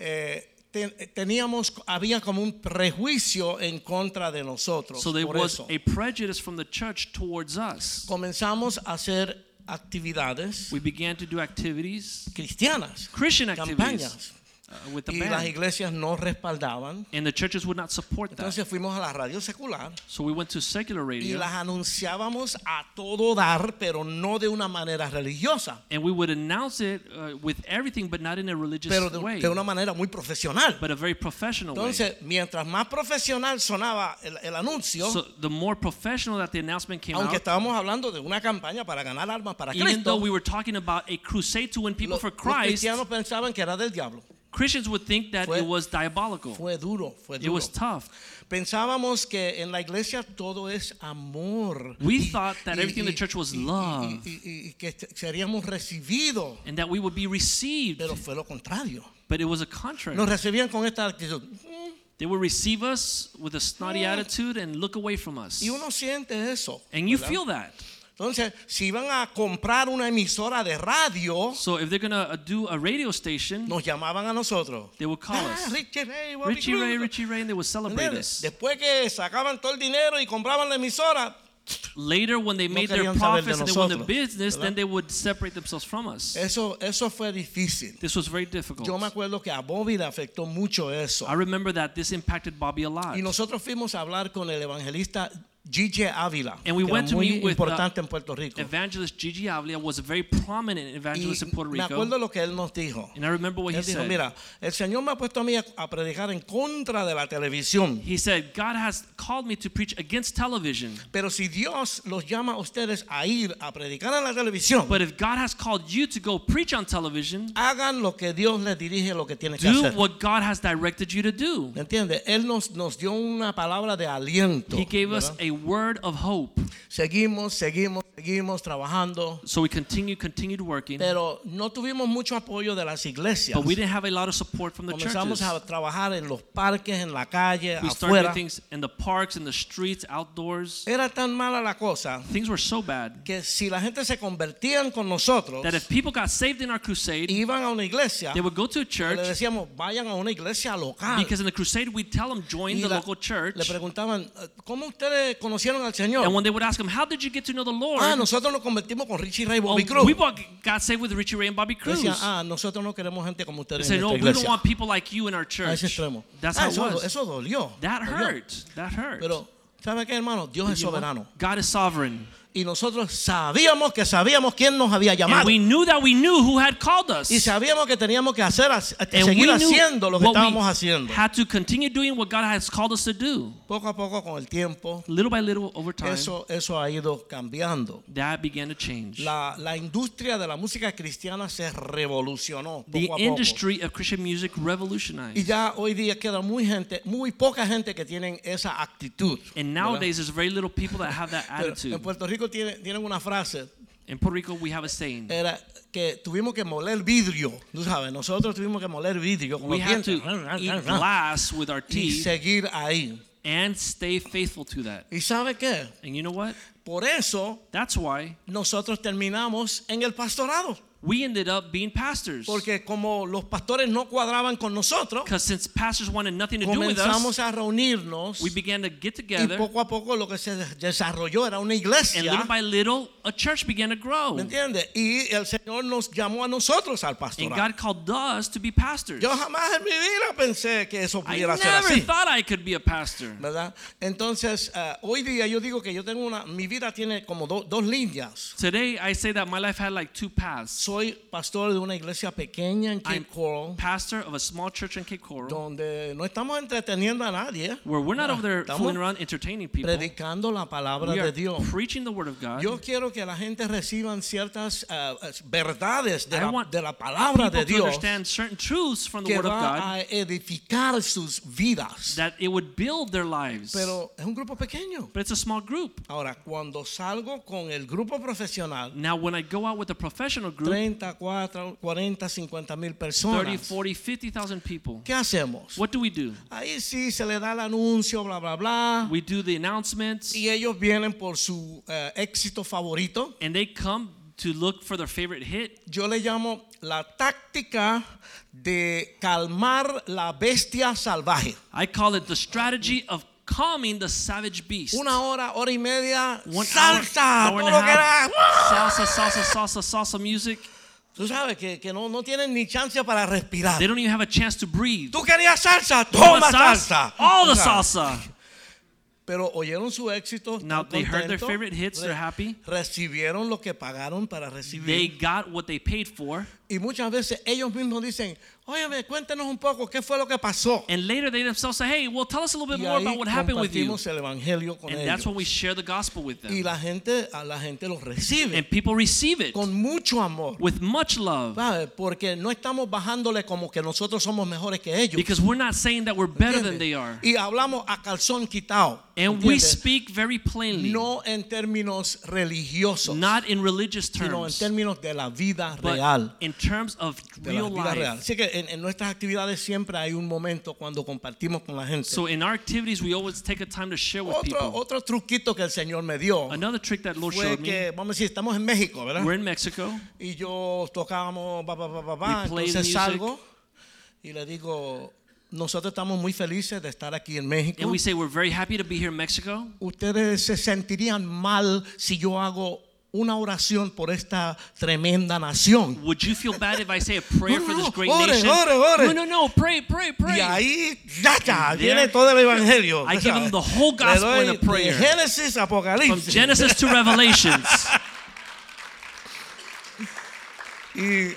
eh, te- eh, teníamos, había como un prejuicio en contra de nosotros.
So there
por
was
eso.
a prejudice from the church towards us.
comenzamos a hacer actividades
We began to do activities,
cristianas,
Christian activities,
campañas,
uh, with the
y las
band,
iglesias no respaldaban.
and the churches would not support that.
Entonces fuimos a la radio secular
So we went to secular
y
radio.
las anunciábamos a todo dar, pero no de una manera religiosa,
And we would announce it uh, with everything, but not in a religious
pero de,
way,
de una manera muy profesional.
but a very professional way.
Entonces, mientras más profesional sonaba el, el anuncio,
So the more professional that the announcement came
aunque
out,
estábamos hablando de una campaña para ganar almas para
even
Cristo,
though we were talking about a crusade to win people
lo-
for
los
Christ,
cristianos pensaban que era del diablo.
Christians would think that
Fue-
it was diabolical.
Fue duro, fue
It
duro.
was tough.
Pensábamos que en la iglesia todo es amor.
We
Y-
thought that
y-
everything in the
y-
church was
y- y-
love.
Y, y- y que est- seríamos recibidos,
And that we would be received,
pero fue lo contrario.
but it was a contrary.
Nos recibían con esta actitud.
They would receive us with a snotty attitude and look away from us.
Eh. Y uno siente eso.
And you
¿verdad?
feel that.
Entonces, si van a comprar una emisora de radio,
So if they're gonna uh, do a radio station,
nos llamaban a nosotros.
they would call
Ah,
us.
Richie Ray, Bobby
Richie Ray,
Cruz.
Richie Ray, and they would celebrate
¿Entiendes?
us.
Después que sacaban todo el dinero y compraban la emisora,
Later, when they made their
querían saber de
profits and they won the
nosotros,
business,
¿verdad?
then they would separate themselves from us.
eso, eso fue difícil.
This was very difficult.
Yo me acuerdo que a Bobby le afectó mucho eso.
I remember that this impacted Bobby a lot.
Y nosotros fuimos a hablar con el evangelista Gigi Ávila,
And we
que
went
era
to
muy
meet with,
importante
uh,
en Puerto Rico.
Evangelist Gigi Avila was a very prominent
Y
evangelist in Puerto
me
Rico.
acuerdo lo que él nos dijo.
And I remember what he
Él dijo,
said.
mira, el Señor me ha puesto a mí a, a predicar en contra de la televisión.
He said, God has called me to preach against television.
Pero si Dios los llama a ustedes a ir a predicar en la televisión,
But if God has called you to go preach on television,
hagan lo que Dios les dirige, lo que tienen que
do
hacer.
what God has directed you to do.
¿Me entiendes? Él nos, nos dio una palabra de aliento.
He gave us
¿verdad?
a word of hope.
Seguimos, seguimos, seguimos trabajando.
So we continue, continued working.
Pero no tuvimos mucho apoyo de las iglesias.
But we didn't have a lot of support from the
Comenzamos
churches.
a trabajar en los parques, en la calle,
We started
afuera.
doing things in the parks, in the streets, outdoors.
Era tan mala la cosa
Things were so bad
que si la gente se convertían con nosotros,
that if people got saved in our crusade,
iban a una iglesia,
they would go to
le
a church
decíamos, vayan a una iglesia local.
because in the crusade we'd tell them join
Y
the
la-
local church.
le preguntaban, ¿cómo ustedes conocieron al Señor?
And when they would ask them, "How did you get to know the Lord?"
Ah, nosotros nos convertimos con Richie Ray
"Oh,
Bobby Cruz.
we bought, got saved with Richie Ray and Bobby Cruz.
Decían, ah, nosotros no queremos gente como
they
ustedes
said,
en
"No,
nuestra
we don't
iglesia.
want people like you in our
A ese
church."
extremo.
That's
Ah,
how it
eso,
was.
eso dolió.
That
dolió.
hurt. That hurt.
Pero, ¿sabe qué, hermano? Dios es
You know,
soberano.
God is sovereign.
Y nosotros sabíamos que sabíamos quién nos había
And
llamado.
we knew that we knew who had called us.
Y sabíamos que teníamos que hacer, que
And we
seguir
knew
haciendo lo que
what we
estábamos haciendo.
had to continue doing what God has called us to do.
Poco a poco, con el tiempo,
Little by little, over time,
eso, eso ha ido cambiando.
that began to change.
La, la industria de la música cristiana se revolucionó
the
poco a poco.
industry of Christian music revolutionized.
Y ya hoy día queda muy gente, muy poca gente que tienen esa actitud.
and
¿verdad?
nowadays, there's very little people that have that
Pero
attitude.
en Puerto Rico tiene- tienen una frase,
in Puerto Rico, we have a saying.
era que tuvimos que moler vidrio, tú sabes, nosotros tuvimos que moler vidrio con
we
los
have to
dientes Ah,
eat glass with our
y
teeth
seguir ahí.
and stay faithful to that.
¿Y sabe qué?
And you know what?
Por eso
That's why
nosotros terminamos en el pastorado,
we ended up being pastors.
porque como los pastores no cuadraban con nosotros,
Because since pastors wanted nothing to do with us,
comenzamos a reunirnos
we began to get
y
together,
poco a poco lo que se desarrolló era una
and little
iglesia.
by little, a church began to grow.
¿Me entiendes? Y el Señor nos llamó a nosotros al
And
pastorado.
God called us to be pastors.
Yo jamás en mi vida pensé que eso
I
pudiera ser
never
así.
thought I could be a pastor.
¿Verdad? Entonces, ah, hoy día yo digo que yo tengo una, mi vida tiene como do- dos líneas.
Today, I say that my life had like two paths.
Soy pastor de una iglesia pequeña en Cape
I'm
Coral,
pastor of a small church in Cape Coral,
donde no estamos entreteniendo a nadie,
where we're not over there
estamos
fooling around entertaining people.
predicando la palabra
We
de
are
Dios.
preaching the word of God.
Yo quiero que la gente reciban ciertas ah, ah, verdades de
I
la,
want
de la palabra de
people to
Dios
understand certain truths from the
que
word of
va
God
a edificar sus vidas.
that it would build their lives.
Pero es un grupo pequeño.
but it's a small group.
Ahora, cuando salgo con el grupo profesional,
Now, when I go out with a professional group,
30, 4, 40, 50 mil
30,
personas,
40, 50,000 people,
¿qué hacemos?
what do we do?
Ahí sí se le da el anuncio, bla, bla, bla.
We do the announcements,
Y ellos vienen por su eh, éxito favorito.
and they come to look for their favorite hit.
Yo le llamo la táctica de calmar la bestia salvaje.
I call it the strategy of calming the savage beast.
Una hora, hora y media,
One hour,
salsa,
hour and
todo
a
lo que
half,
da.
salsa, salsa, salsa, salsa music.
Tú sabes que, que no, no tienen ni chance para respirar.
They don't even have a chance to breathe.
Ah. Tú querías salsa,
You want
toma salsa.
All the
Tú sabes.
salsa.
Pero oyeron su éxito. están
Now they heard their
contentos,
favorite hits,
re-
they're happy.
Recibieron lo que pagaron para
They
recibir.
got what they paid for.
y muchas veces ellos mismos dicen, óyeme, cuéntanos un poco qué fue lo que pasó.
And later they themselves say, hey, well, tell us a little
y
bit more
ahí
about what happened with you.
compartimos el evangelio con
And that's
ellos.
when we share the gospel with
y
them.
la gente, a la gente los recibe
And people receive it
con mucho amor.
with much love
¿sabes? Porque no estamos bajándole como que nosotros somos mejores que ellos.
because we're not saying that we're better than
¿entiendes?
they are.
Y hablamos a calzón quitado.
And we
¿entiendes?
speak very plainly,
no en términos religiosos.
not in religious
sino en
terms,
términos de la vida
but
real.
in terms of
de la
real
vida real.
life.
Así que en, en nuestras actividades siempre hay un momento cuando compartimos con la gente.
So in our activities, we always take a time to share with
otro,
people.
otro truquito que el Señor me dio
Another trick that Lord
fue
showed me.
que, vamos a decir, estamos en México, ¿verdad?
We're in Mexico.
Y yo tocábamos, pa, pa, pa, pa, pa.
We played
entonces
music.
salgo y le digo, nosotros estamos muy felices de estar aquí en México.
And we say we're very happy to be here in Mexico.
Ustedes se sentirían mal si yo hago una oración por esta tremenda nación.
Would you feel bad if I say a prayer
No,
for
no,
this great
ore,
nation?
ore, ore.
No, no, no. Pray, pray, pray.
Y ahí, ya, ya,
And
viene
there,
todo el evangelio.
I
¿sabes?
give him the whole
Le
gospel
doy
in a
de
prayer.
Génesis,
From
Apocalipsis.
Genesis to Revelations.
Y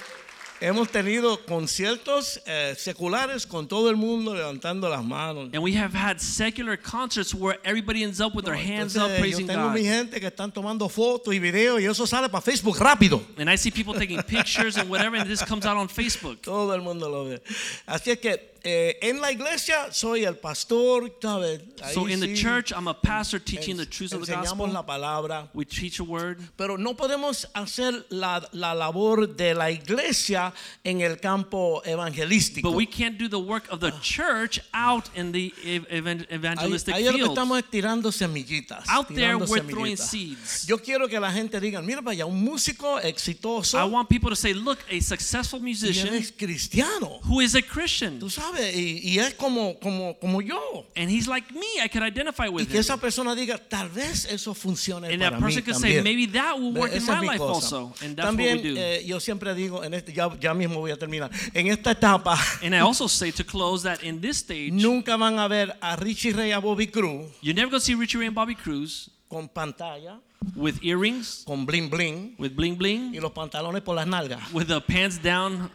hemos tenido conciertos eh, seculares con todo el mundo levantando las manos.
And we have had secular concerts where everybody ends up with their hands up
Entonces,
praising
yo tengo
God.
mi gente que están tomando fotos y videos y eso sale para Facebook rápido.
And I see people taking pictures and whatever, and this comes out on Facebook.
Todo el mundo lo ve. Así es que eh, en la iglesia soy el pastor, ¿sabes? Ahí
So in the
sí
church, I'm a pastor teaching
ens-
the truths of the
enseñamos
gospel.
la palabra.
We teach a word.
Pero no podemos hacer la, la labor de la iglesia en el campo evangelístico.
But we can't do the work of the church out in the ev- evan-
Ah. Ahí,
evangelistic
ahí es lo que
field.
estamos es tirando semillitas.
Out there,
tirando
we're throwing
semillitas.
seeds.
Yo quiero que la gente diga, mira para allá, un músico exitoso
I want people to say, look, a successful
y él
musician
es cristiano.
who is a Christian,
Tú sabes, y, y es como, como, como yo.
and he's like me, I can identify
Y
with
que
him.
esa persona diga, tal vez eso funcione
Pues And
para
that
mí
person could say,
también.
maybe that will
Ve,
work in
esa es
my
mi
life
cosa.
also. And that's what
También
we do.
eh, yo siempre digo, en este, ya, ya mismo voy a terminar, en esta etapa
And I also say to close that in this stage,
nunca van a ver a Richie Ray, a Bobby Cruz
You're never gonna see Richie Ray and Bobby Cruz
con pantalla,
with earrings,
con bling bling
with bling bling,
y los pantalones por las nalgas.
with the pants down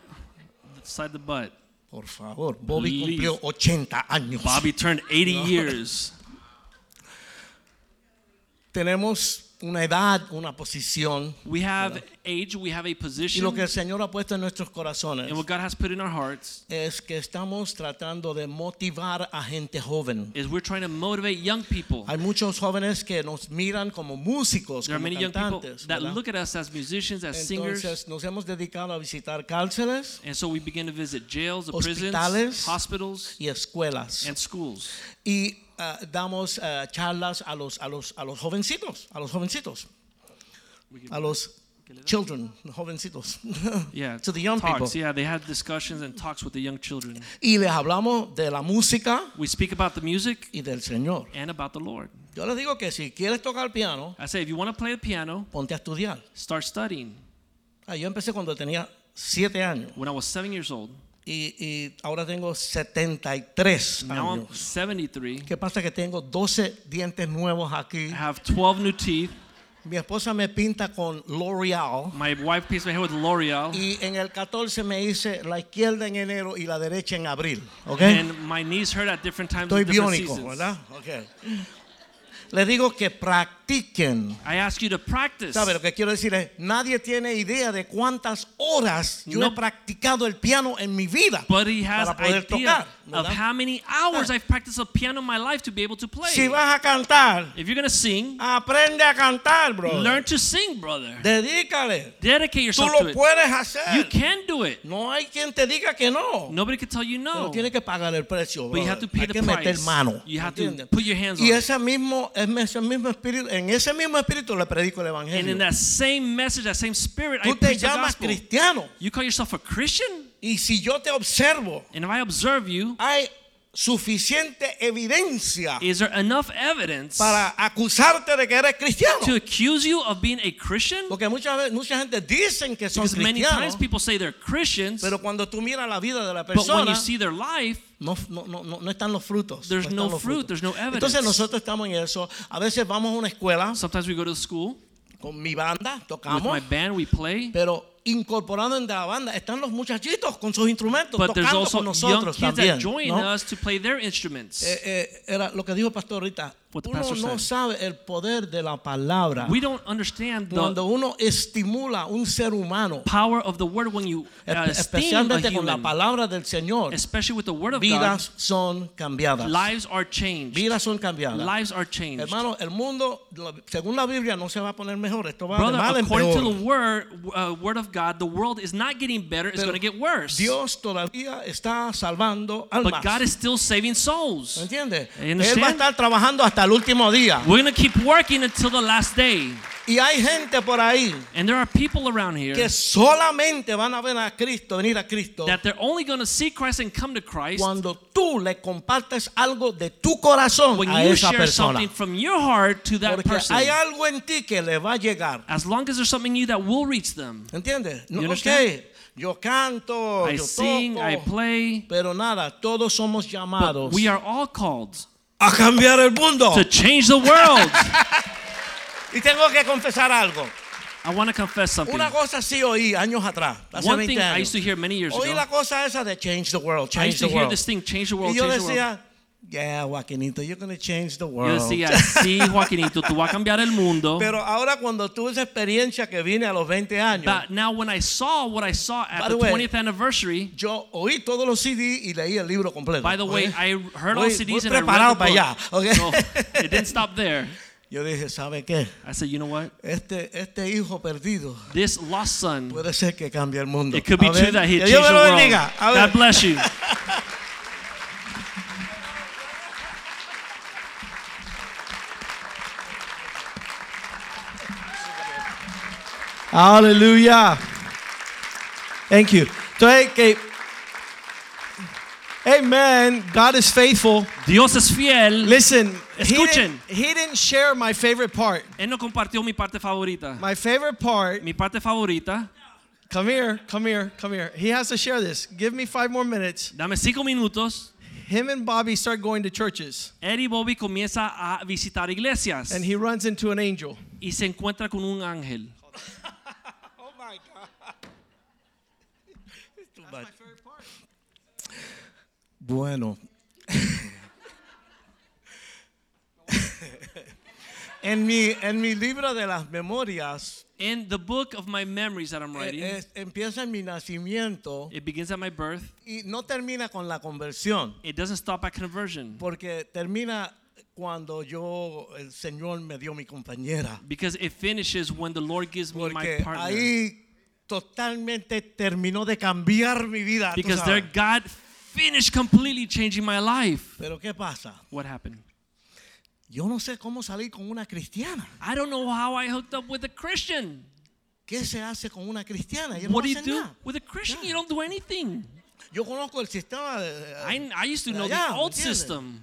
side the butt.
Por favor, Bobby
Please.
cumplió 80 años.
Bobby turned 80 years.
Tenemos una edad, una posición.
We have age, we have a
Y
position,
lo que el Señor ha puesto en nuestros corazones
and what God has put in our hearts
es que estamos tratando de motivar a gente joven.
is we're trying to motivate young people.
Hay muchos jóvenes que nos miran como músicos,
There are
como
many young people
cantantes.
that
¿verdad?
look at us as musicians, as singers,
Entonces nos hemos dedicado a visitar cárceles
and so we begin to visit jails, the
Hospitales.
prisons, hospitals,
y escuelas.
and schools.
y ah, damos ah, charlas a los, a, los, a los jovencitos, a los jovencitos, a los children, los jovencitos,
Yeah,
to the young
talks.
people.
Yeah, they have discussions and talks with the young children.
Y les hablamos de la música
We speak about the music
y del Señor.
and about the Lord.
Yo les digo que si quieres tocar piano,
I say, if you want to play the piano,
ponte a estudiar.
start studying.
Ah, yo empecé cuando tenía 7 años
When I was seven years old,
y, y ahora tengo 73
now I'm
años.
73.
¿Qué pasa? Que tengo 12 dientes nuevos aquí.
I have 12 new teeth.
Mi esposa me pinta con L'Oreal.
My wife paints my hair with L'Oreal.
Y en el 14 me hice la izquierda en enero y la derecha en abril. ¿Ok?
And my knees hurt at different times
¿eh? Estoy
of different
biónico,
seasons.
¿verdad? Ok. Les digo que practiquen.
I ask you to practice.
¿Sabe lo que quiero decir? Es, nadie tiene idea de cuántas horas yo
No.
he practicado el piano en mi vida
But he has
para poder
idea
tocar.
of
¿verdad? Ah.
how many hours I've practiced a piano in my life to be able to play.
Si Ah, vas a cantar,
If you're gonna sing,
aprende a cantar, bro.
learn to sing, brother.
Dedícale.
Dedicate
Tú
yourself to
lo
it.
puedes
You
hacer.
can do it.
No hay quien te diga que no.
Nobody can tell you
Pero
no.
tiene que pagar el precio.
But you
brother.
have to pay
Hay
the
que meter
price.
mano.
You have to
¿entiendes?
put your hands
y
on it.
ese mismo, ese mismo espíritu, en ese mismo espíritu le predico el
And
evangelio.
in that same message, that same spirit, I
Tú te
preach the
llamas
gospel.
cristiano
You call yourself a Christian?
y si yo te observo,
And if I observe you,
hay suficiente evidencia
is there enough evidence
para acusarte de que eres cristiano.
to accuse you of being a Christian?
Porque muchas veces mucha gente dicen que son
Because many times
cristianos,
people say they're Christians,
pero cuando tú miras la vida de la
but when
persona,
you see their life,
no, no, no, no- no están los frutos.
There's
están
no
los
fruit,
frutos.
there's no evidence.
Entonces nosotros estamos en eso. A veces vamos a una escuela
sometimes we go to school
con mi banda,
with my
tocamos.
band, we play,
Pero incorporando en la banda están los muchachitos con sus instrumentos
but there's
tocando
also
con
young
nosotros
kids that
también. Eh,
join
¿no?
us to play their instruments.
Eh, eh, era lo que dijo el pastor ahorita.
what the
Uno
pastor
no
said.
sabe el poder de la palabra.
We don't understand the
Cuando uno estimula a un ser humano,
power of the word when you uh,
espe-
sting a
especialmente con la
human,
palabra del Señor,
especially with the word of God.
vidas son cambiadas.
Lives are changed.
Vidas son cambiadas.
Lives are changed.
Hermano, el mundo, la- según la Biblia, no se va a poner mejor. Esto va de mal
Brother,
en
according to
peor.
the word, uh, word of God, the world is not getting better; it's
Pero
going to get worse.
Dios todavía está salvando almas.
but God is still saving souls.
¿Entiendes? Él va a
You understand?
estar trabajando hasta el último día.
We're going to keep working until the last day.
Y hay gente por ahí
And there are people around here
que solamente van a ver a Cristo, venir a Cristo,
that they're only going to see Christ and come to Christ
cuando tú le compartes algo de tu corazón
when
a
you
esa
share
persona.
something from your heart to that
Porque
person.
hay algo en ti que le va a llegar.
As long as there's something new that will reach them.
¿Entiendes?
You
No, ok,
understand?
yo canto,
I
Oh, yo
sing,
toco,
I play.
pero nada, todos somos llamados
But we are all called
a cambiar el mundo.
to change the world.
Y tengo que confesar algo.
I want to confess something.
Una cosa sí oí años atrás, hace
One
20
thing I
años.
used to hear many years
Oí
ago.
la cosa esa de change the world,
I
change
used
the
to hear
world.
this thing, change the world,
Y yo
change the world.
decía, yeah, Joaquinito, you're gonna change the
Yo
world.
decía, sí, Joaquinito, tú vas a cambiar el mundo.
Pero ahora cuando tuve esa experiencia que vine a los 20 años,
But now when I saw what I saw at
By the
the
way,
20th anniversary,
yo oí todos los CD y leí el libro completo.
by the way,
¿ok?
I heard all
Voy-
CDs
voy
and I
preparado para
read
allá.
the book.
¿ok?
So it didn't stop there.
Yo dije, ¿sabe qué?
I said, you know what?
Este, este hijo perdido
This lost son,
puede ser que cambie el mundo.
it could be
Amén.
true that he
que
changed the
Dios me lo
world.
bendiga. Amén.
God bless you.
Aleluya. Thank you. Entonces, que. Amen. God is faithful.
Dios es fiel.
Listen, he
Escuchen.
didn't, he didn't share my favorite part.
Él no compartió mi parte favorita.
My favorite part,
Mi parte favorita,
come here, come here, come here. He has to share this. Give me five more minutes.
dame cinco minutos.
Him and Bobby start going to churches,
Eddie Bobby comienza a visitar iglesias
and he runs into an angel.
y se encuentra con un ángel.
Bueno. en, mi, en mi libro de las memorias,
In the book of my memories that I'm writing,
eh, es- empieza en mi nacimiento
it begins at my birth.
y no termina con la conversión,
It doesn't stop at conversion.
porque termina cuando yo, el Señor me dio mi compañera.
Because it finishes when the Lord gives me my
Porque
partner.
ahí totalmente terminó de cambiar mi vida. tú
because there
sabes.
God finished completely changing my life.
Pero ¿qué pasa?
What happened?
Yo no sé cómo salir con una cristiana.
I don't know how I hooked up with a Christian.
¿Qué se hace con una cristiana? Yo no
What do you
sé
do
nada.
with a Christian?
Yeah.
You don't do anything.
Yo conozco el sistema. de-
I, I used to know
allá,
the
¿me
old
entiendes?
system.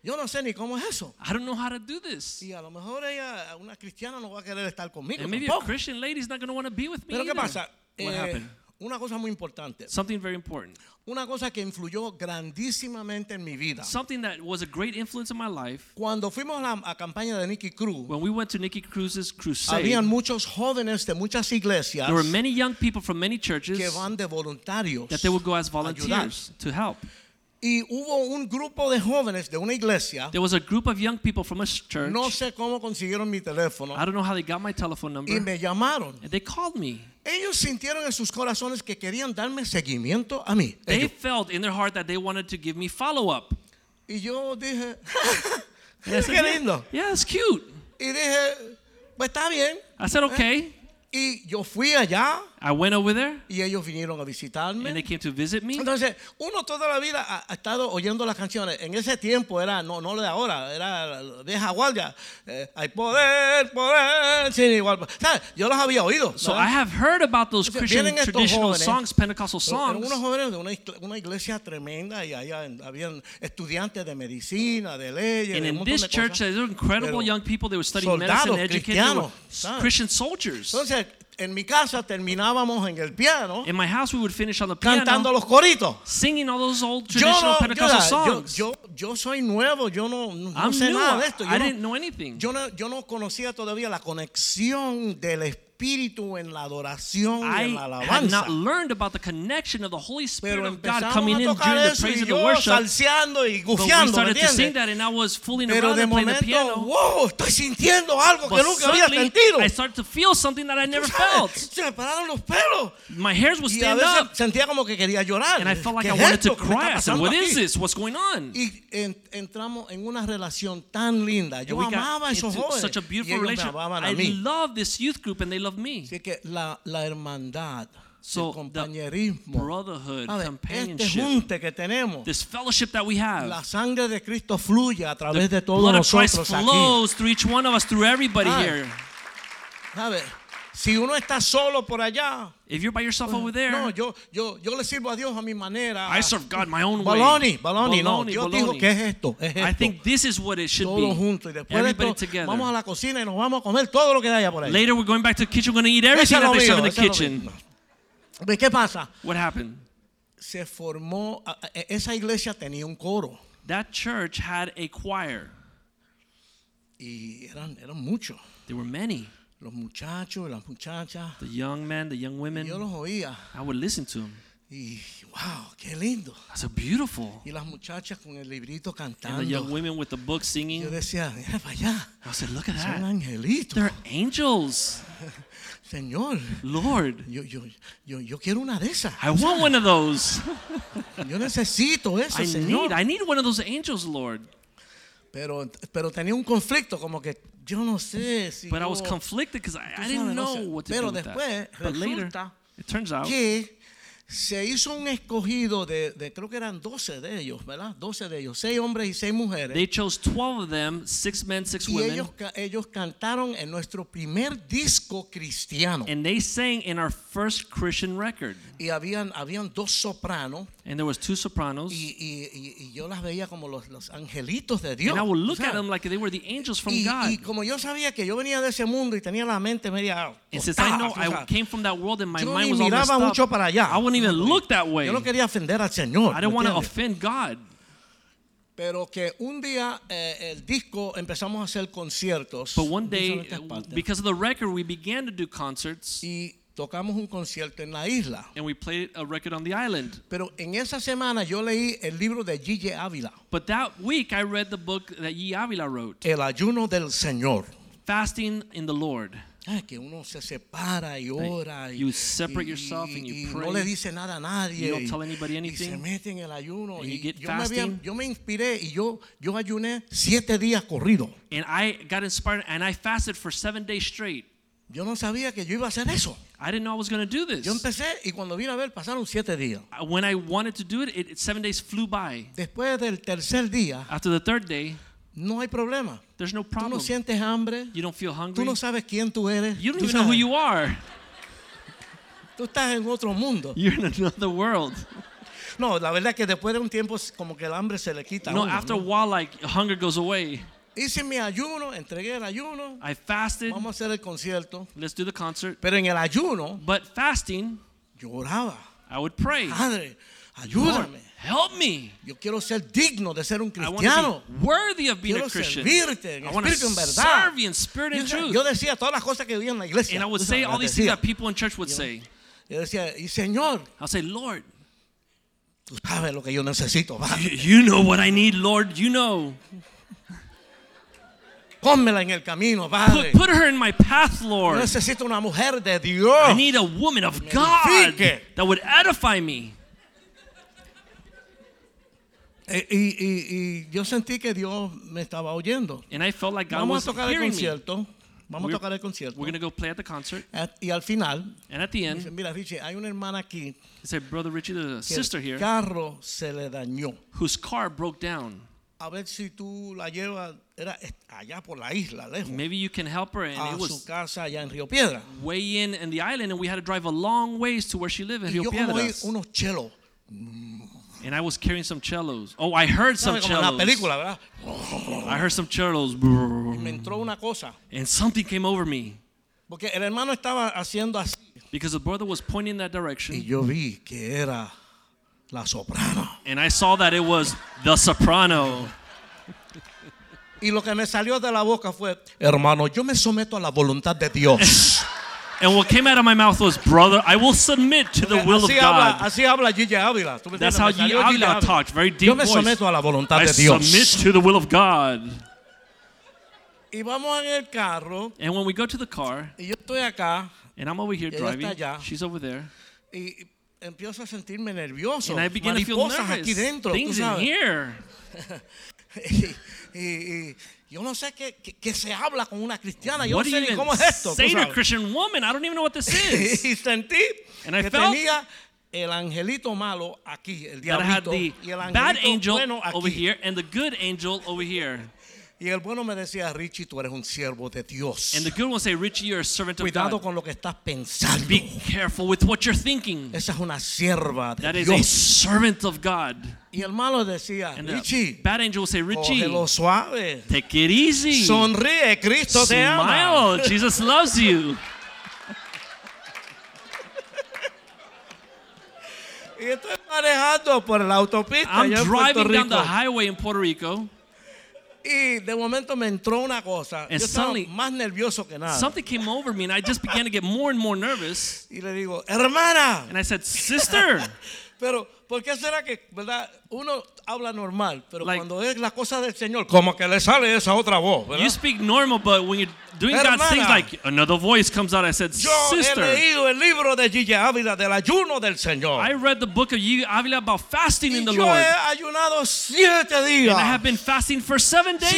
Yo no sé ni cómo es eso.
I don't know how to do this.
Y a lo mejor ella, una cristiana, no va a querer estar conmigo.
And maybe a
tampoco.
Christian lady's not going to want to be with me.
Pero ¿qué
either.
pasa?
What
Eh,
happened?
una cosa muy importante.
Something very important.
Una cosa que influyó grandísimamente en mi vida.
Something that was a great influence in my life.
Cuando fuimos a la a campaña de Nicky Cruz,
When we went to Nikki Cruz's crusade,
habían muchos jóvenes de muchas iglesias
there were many young people from many
que
churches
van de voluntarios.
that they would go as volunteers
Ayudar.
to help.
Y hubo un grupo de jóvenes de una iglesia.
There was a group of young people from a s- church.
No sé cómo consiguieron mi teléfono.
I don't know how they got my telephone number.
Y me llamaron.
And they called me.
Ellos sintieron en sus corazones que querían darme seguimiento a mí.
They
Ellos.
felt in their heart that they wanted to give me follow up.
Y yo dije,
I said,
qué lindo.
Yeah, yeah, it's cute.
Y dije, pues está bien.
I said, okay.
Y yo fui allá
I went over there
y ellos vinieron a
and they
visitarme.
came to visit me.
Entonces, uno toda la vida ha, ha estado oyendo las canciones. En ese tiempo era, no, no lo de ahora, era de Jaguar hay poder, poder, sin igual. ¿Sabes? Yo los había oído.
So
¿verdad?
I have heard about those
Entonces,
Christian
vienen estos
traditional
jóvenes,
songs, Pentecostal
Pero eran
songs.
unos jóvenes de una, isla- una iglesia tremenda y allá en- habían estudiantes de medicina, de leyes, de
And
un
in
montón
this
de
church,
cosas.
there were incredible
Pero
young people. They were studying medicine,
soldados
educated. They were
cristianos, ¿sabes?
Christian soldiers.
Entonces, en mi casa terminábamos en el piano
In my house, we would finish on the
cantando
piano,
los coritos.
singing all those old
Yo,
traditional
no- yo,
Pentecostal
yo,
songs.
yo, yo soy nuevo, yo no, no
I'm
sé
new.
nada de esto.
I
Yo
didn't
no,
know anything.
yo no- yo no conocía todavía la conexión del Espíritu en la adoración y en la
I had
alabanza.
not learned about the connection of the Holy Spirit
Pero
of God
empezamos
coming
a
in
tocar
during the
eso
praise
y
and the
yo
worship.
salseando y
But we
gufiando, ¿me
started to sing
entiendes?
that, and I was fooling
Pero
around
de
and playing the
momento,
piano.
wow, estoy sintiendo algo que
But
nunca había
suddenly,
sentido.
I started to feel something that I never
¿Sabes?
felt.
Se me pararon los pelos.
My hairs would
Y a
stand
veces
up,
sentía como que quería llorar.
and I felt
¿Qué
like I
es
wanted to
esto que me está
cry. I said,
pasando
"What is
aquí?"
this? What's going on?"
Y en- entramos en una relación tan linda. Yo
And we got
amaba a esos
into
jóvenes.
such a
y
beautiful
ellos
relationship.
me amaban a
I
mí.
love this youth group, and they love me.
Así que la, la hermandad,
So
el
the
compañerismo,
Brotherhood,
¿sabe? este
companionship,
junte que tenemos,
this fellowship that we have.
la sangre de Cristo fluye a través de
The
todos
blood of Christ
nosotros aquí.
flows through each one of us, through everybody
Ah.
here.
¿Sabe? Si uno está solo por allá,
If you're by yourself over there,
no, yo, yo, yo le sirvo a Dios a mi manera.
I serve God my own way.
Baloney, baloney, no.
Baloney,
Dios
baloney.
dijo que es esto, es
I
esto.
think this is what it should
Todos
be.
juntos y después de
Everybody
esto vamos a
together.
la cocina y nos vamos a comer todo lo que haya por ahí.
Later, we're going back to the kitchen. We're going to eat
Ese
everything
es
that
lo
they serve
mío,
in the
ese es lo
kitchen.
mío. ¿Ve qué pasa?
What happened?
Se formó, a- a- esa iglesia tenía un coro
That church had a choir.
y eran, eran muchos.
There were many.
Los muchachos, las muchachas.
The young men, the young
Y Yo
women.
los oía
I would listen to them.
y wow, qué lindo.
That's so beautiful.
Y las muchachas con el librito
And the young
cantando.
women with the book
Yo
singing.
decía, mira para allá,
I said, look at
son
that.
angelitos.
They're angels.
Señor,
Lord,
yo, yo, yo, yo quiero una de esas.
I want one of those.
Yo necesito eso,
I
Señor.
need, I need one of those angels, Lord.
Pero, pero tenía un conflicto, como que yo no sé si.
But I
yo-
was conflicted because I,
tú
I didn't
sabes, no
know
sé.
what to
Pero
do with that.
después
But later,
resulta
it turns out
que se hizo un escogido de, de- creo que eran 12 de ellos, ¿verdad? 12 de ellos, seis hombres y seis mujeres.
they chose 12 of them, six men, six
y
women,
ellos, ca- ellos cantaron en nuestro primer disco cristiano.
and they sang in our first Christian record.
y habían, habían dos sopranos
And there was two sopranos,
y, y- y- y yo las veía como los, los angelitos de Dios.
and I would look
¿sabes?
at them like they were the angels from
y,
God.
y como yo sabía que yo venía de ese mundo y tenía la mente media
And since I
tostada,
know
tú
I
sabes,
came from that world and my
yo
mind
ni
was all messed
miraba mucho
up,
para allá.
I wouldn't even look that way.
Yo no quería ofender al Señor.
I didn't want to
¿entiendes?
offend God.
Pero que un día eh, el disco empezamos a hacer conciertos.
But one
en
day,
diferentes partes.
because of the record, we began to do concerts,
y tocamos un concierto en la isla.
and we played a record on the island.
Pero en esa semana yo leí el libro de Gille Ávila,
But that week, I read the book that Yi Avila wrote,
El ayuno del Señor.
Fasting in the Lord.
Ay, Ah, que uno se separa y ora y,
you separate
y-
yourself and you
y
pray.
no le dice nada a nadie
You don't
y-
tell anybody
y
anything.
se mete en el ayuno
And
y
you get
yo, me había-
fasting.
yo me inspiré y yo, yo ayuné siete días corrido
And I got inspired and I fasted for seven days straight.
yo no sabía que yo iba a hacer eso
I didn't know I was going to do
yo
this.
empecé y cuando vine a ver pasaron siete días
I- When I wanted to do it, it, it- seven days flew by.
después del tercer día
After the third day,
no hay problema
there's no
tú
problem.
no sientes hambre
You don't feel hungry.
tú no sabes quién tú eres
You don't
tú,
even know who
sabes,
you are.
tú estás en otro mundo
You're in another world.
no la verdad es que después de un tiempo como que el hambre se le quita a
No,
uno,
after a
¿no?
while, like hunger goes away.
hice mi ayuno entregué el ayuno
I fasted.
vamos a hacer el concierto
Let's do the concert.
Pero en el ayuno
But fasting,
yo oraba,
I would pray.
Padre,
Lord,
ayúdame.
help me.
Yo quiero ser digno de ser un
I want to
cristiano.
be worthy of being
Quiero
a Christian.
servirte en
I want to
espíritu en verdad.
serve you in spirit
Yo,
and
decía-
truth.
yo decía todas las cosas que oía en la iglesia.
And I would
Tú
say
sabes, las
all these things
decía.
that people in church would say.
Yo decía, y Señor,
I'll say, Lord,
tú sabes lo que yo necesito. Va,
you- you know what I need, Lord. You know.
pónmela en el camino, Padre.
Put, put her in my path,
Yo
Lord.
necesito una mujer de
I
Dios.
need a woman of
Me
God
edifique.
that would edify me.
Eh, Y, y- y yo sentí que Dios me estaba oyendo.
And I felt like God
Vamos
was
a tocar el
hearing me.
concierto. Vamos a
We're-
tocar el concierto.
We're going to go play at the concert.
At- y al final,
And at the
dice,
end,
mira, Richie, hay una hermana aquí
he said, Brother Richie, the
que
sister
el
here,
carro se le dañó.
whose car broke down.
A ver si tú la llevas, era est- allá por la isla, lejos,
Maybe you can help her. And
a
it
Ah, su
was
casa allá en Río Piedra.
way in in the island, and we had to drive a long ways to where she lived in
Y
Rio
yo como oí
Piedras.
unos chelos,
And I was carrying some cellos. Oh, I heard some
¿sabes? Como en la
cellos.
película, ¿verdad?
I heard some cellos. Mm.
Me entró una cosa,
And something came over me
porque el hermano estaba haciendo así.
because the brother was pointing that
Y
direction.
yo vi que era la soprano.
And I saw that it was the soprano.
Y lo que me salió de la boca fue, hermano, yo me someto a la voluntad de Dios.
And what came out of my mouth was, brother, I will submit to the will of
así, habla,
God.
así habla Gigi Ávila. ¿Tú me
That's
entiendes?
how
Me
Yi
salió Gigi
Avila
Ávila.
talked, very
Yo
deep
me
voice.
someto a la voluntad
I
de Dios.
submit to the will of God.
Y vamos en el carro
And when we go to the car,
y yo estoy acá
and I'm over here
Ella está
driving,
allá.
she's over there,
y y empiezo a sentirme nervioso.
and I begin to feel
Oh, Mariposas
nervous.
aquí dentro, tú
Things in
sabes.
here.
Y, y- yo no sé qué, qué- qué se habla con una cristiana. Yo
What do
no
you
sé ni cómo
even
es esto. tú
say to a
sabes.
Christian woman? I don't even know what this is.
y sentí
And I
que
felt
tenía el angelito malo aquí, el
that I had
diablito,
the
y el
bad
angelito
angel
bueno aquí.
over here and the good angel over here.
Y el bueno me decía, Richie, tú eres un siervo de Dios.
And the good one say, Richie, you're a servant of
Cuidado
God.
con lo que estás pensando.
Be careful with what you're thinking.
Esa es una sierva de
That is a
Eh, Dios.
servant of God.
Y el malo decía,
And the
Richie, Oh,
bad angel will say, Richie,
cógelo suave.
take it easy.
Sonríe, Cristo te ama.
Smile. Jesus loves you.
Y estoy manejando por la autopista
I'm
allá en Puerto
driving down the
Rico.
highway in Puerto Rico.
Y de momento me entró una cosa.
And
Yo estaba
suddenly-
más nervioso que nada.
Something came over me and I just began to get more and more nervous.
y le digo, hermana,
And I said, Sister,
Pero, ¿por qué será que, verdad? Uno habla normal, pero
Like-
cuando es la cosa del Señor, como que le sale esa otra voz, ¿verdad?
you speak normal, but when you're doing God's things,
Hermana.
like another voice comes out. I said,
Yo E he
Sister.
leído el libro de Gigi Ávila del ayuno del Señor.
I read the book of you Avila about fasting
y
in
yo E
the
he
Lord.
ayunado siete días.
And I have been fasting for seven days.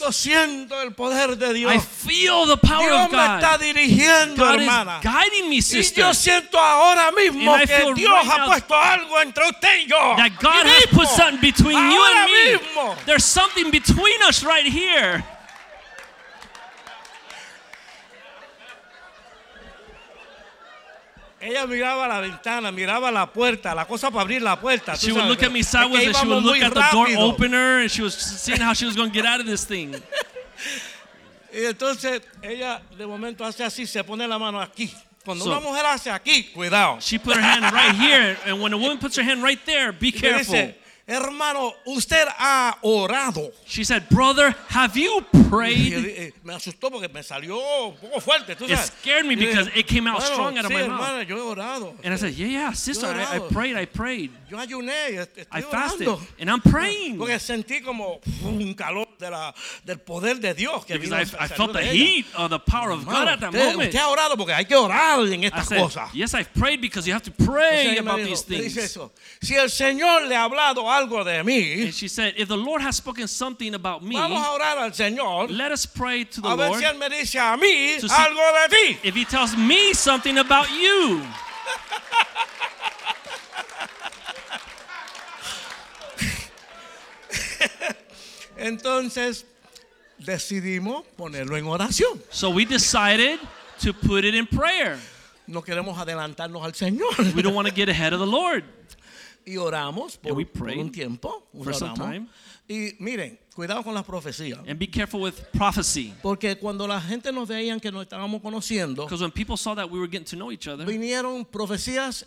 siento, siento el poder de Dios.
I feel the power
E Dios
of
me está
God.
dirigiendo,
God
hermana.
is guiding me,
Y
sister.
yo siento ahora mismo
And I
que
feel
Dios
right
ha
now
puesto algo entre usted y yo.
That God
Aquí
has put
mismo.
something between you
ahora
and me.
mismo.
There's something between us right here.
Ella miraba la ventana, miraba la puerta, la cosa para abrir la puerta. tú
She would
sabes,
look at me
es que
sideways and she
íbamos
would look
muy
at the door
rápido.
opener and she was seeing how she was going to get out of this thing.
Y entonces ella de momento hace así, se pone la mano aquí. Cuando
So-
una mujer hace aquí, cuidado.
She put her hand right here, and when a woman puts her hand right there, be
Y me
careful.
dice, hermano, usted ha orado.
She said, Brother, have you
Y yo
prayed?
di- eh, me asustó porque me salió un poco fuerte. ¿tú
It
sabes?
scared me
Y yo
because
dije,
it came out
"Bueno,
strong out of
sí,
my mouth."
hermana, yo he orado.
And I said, Yeah, yeah, sister, I, I
orado.
prayed, I prayed.
Yo ayuné, y est- estoy
I fasted,
orando.
and I'm praying.
Porque sentí como un calor de la- del poder de Dios que
Because
vino
I,
a
I
salir
felt the
de ella.
heat of the power of God
Hermano,
at that
usted,
moment.
usted ha orado porque hay que orar en
I
estas
said,
cosas.
Yes, I've prayed because you have to
Entonces
pray
ella me
about
dijo,
these
me dice
things.
eso, Si el Señor le ha hablado algo de mí,
And she said, If the Lord has spoken something about me,
vamos a orar al Señor
let us pray to the
a ver
Lord.
si Él me dice a mí
To see-
algo de ti.
If He tells me something about you,
Entonces decidimos ponerlo en oración.
so we decided to put it in prayer.
No queremos adelantarnos al Señor.
We don't want to get ahead of the Lord.
Y oramos por,
And we
por
prayed
un tiempo.
for some
oramos.
time.
Y miren, cuidado con las profecías.
And be careful with prophecy.
Porque cuando la gente nos veían que nos estábamos conociendo,
Because when people saw that we were getting to know each other,
vinieron profecías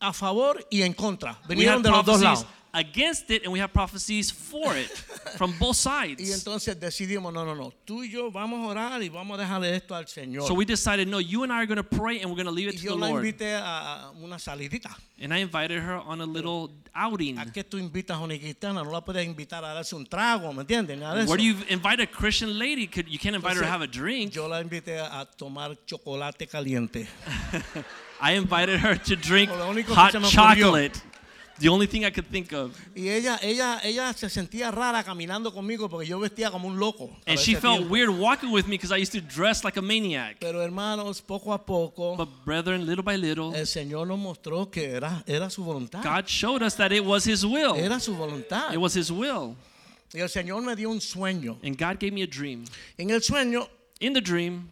a favor y en contra.
we
Vinieron
had
de los dos lados.
prophecies against it and we have prophecies for it from
Y
both sides.
entonces decidimos, no, no, no, tú y yo vamos a orar y vamos a dejarle esto al Señor.
So we decided, no, you and I are going to pray and we're going to leave it
y
to the
yo la
Lord.
invité a a una salidita.
And I invited her on a little outing.
¿A qué tú invitas a una cristiana? No la puedes invitar a darse un trago, ¿me entiendes? Nada de
Where do
eso.
you invite a Christian lady? Could, you can't invite her to
Entonces,
have a drink.
Yo la invité a tomar chocolate caliente.
I invited her to drink
Lo único que
hot
se me ocurrió.
chocolate. The only thing I could think of.
Y ella, ella, ella se sentía rara caminando conmigo porque yo vestía como un loco. para
And she
ese
felt
tiempo.
weird walking with me because I used to dress like a maniac.
Pero hermanos, poco a poco,
But brethren, little by little,
el Señor nos mostró que era, era su voluntad.
God showed us that it was His will.
Era su voluntad.
It was His will.
Y el Señor me dio un sueño.
And God gave me a dream.
En el sueño,
In the dream,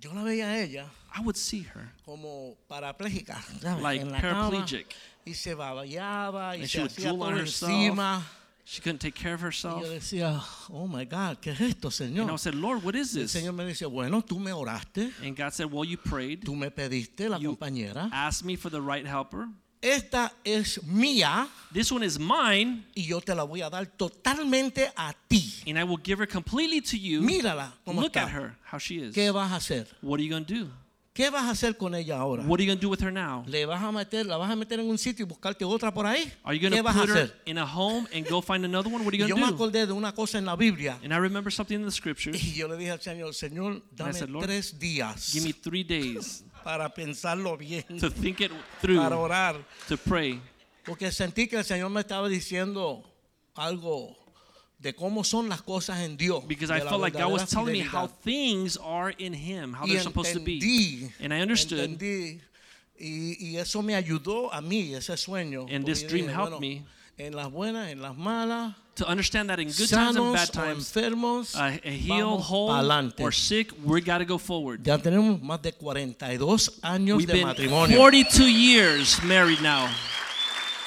yo la veía a ella
I would see her.
como parapléjica, ¿sabes?
Like
en la cama,
paraplegic.
y se babeaba y se
And she would
hacía
drool
todo
on herself.
encima.
She couldn't take care of
Y
herself.
yo decía, oh my God, ¿qué es esto,
And I
Señor?
said, Lord, what is
El
this?
Señor me dice, bueno, tú me oraste,
And God said, Well, you prayed.
tú me pediste la
You
compañera.
asked me for the right helper.
Esta es mía
This one is mine,
y yo te la voy a dar totalmente a ti.
and I will give her completely to you.
Mírala cómo
Look
está.
at her, how she is.
¿Qué vas a hacer?
What are you going to do?
¿Qué vas a hacer con ella ahora?
What are you going to do with her now?
¿Le vas a meter, la vas a meter en un sitio y buscarte otra por ahí?
Are you going
¿Qué
to
vas a
put her
hacer?
in a home and go find another one? What are
Y
you
yo
going
me
to do?
acordé de una cosa en la Biblia
And I remember something in the scriptures.
y yo le dije al Señor, Señor, dame
said, "Lord,
tres días
Give me three days
para pensarlo bien,
to think it through,
para orar,
to pray.
porque sentí que el Señor me estaba diciendo algo de cómo son las cosas en Dios.
Because
de
I
la
felt like God was
verdadera
telling me how
fidelidad.
things are in Him, how
y
they're supposed to be.
entendí,
And I understood.
entendí, y, y eso me ayudó a mí, ese sueño. porque
And this
yo
dream
dije,
helped
bueno,
me.
En las buenas, en las malas,
To understand that in good times and
sanos
bad
o
times,
enfermos,
uh, healed,
vamos
whole,
pa'lante.
or sick, we got to go forward.
Ya tenemos más de 42 años
We've
de
been
matrimonio.
42 years married now,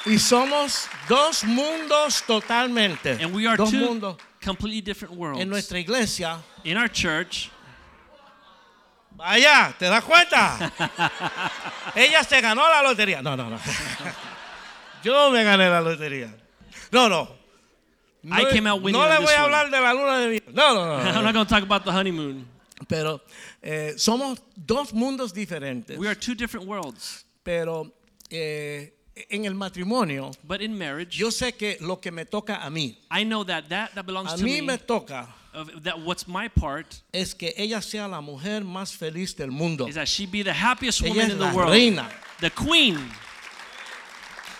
Y somos dos mundos totalmente.
and we are
dos
two
mundos.
completely different
En
worlds.
nuestra iglesia.
In our church,
Vaya, ¿te das cuenta? Ella se ganó la lotería. No, no, no. Yo me gané la lotería. No, no. No,
I came out winning
no
on
le
this
voy a
one.
hablar de la luna de miel. No, no, no, no.
I'm not going to talk about the honeymoon.
Pero eh, somos dos mundos diferentes.
We are two different worlds,
Pero eh, en el matrimonio,
but in marriage,
yo sé que lo que me toca a mí,
I know that that that belongs
a
to
mí me
me.
toca
Of that, what's my part
es que ella sea la mujer más feliz del mundo.
is that she be the happiest
Ella
woman
es
in the
la
world,
reina.
the queen.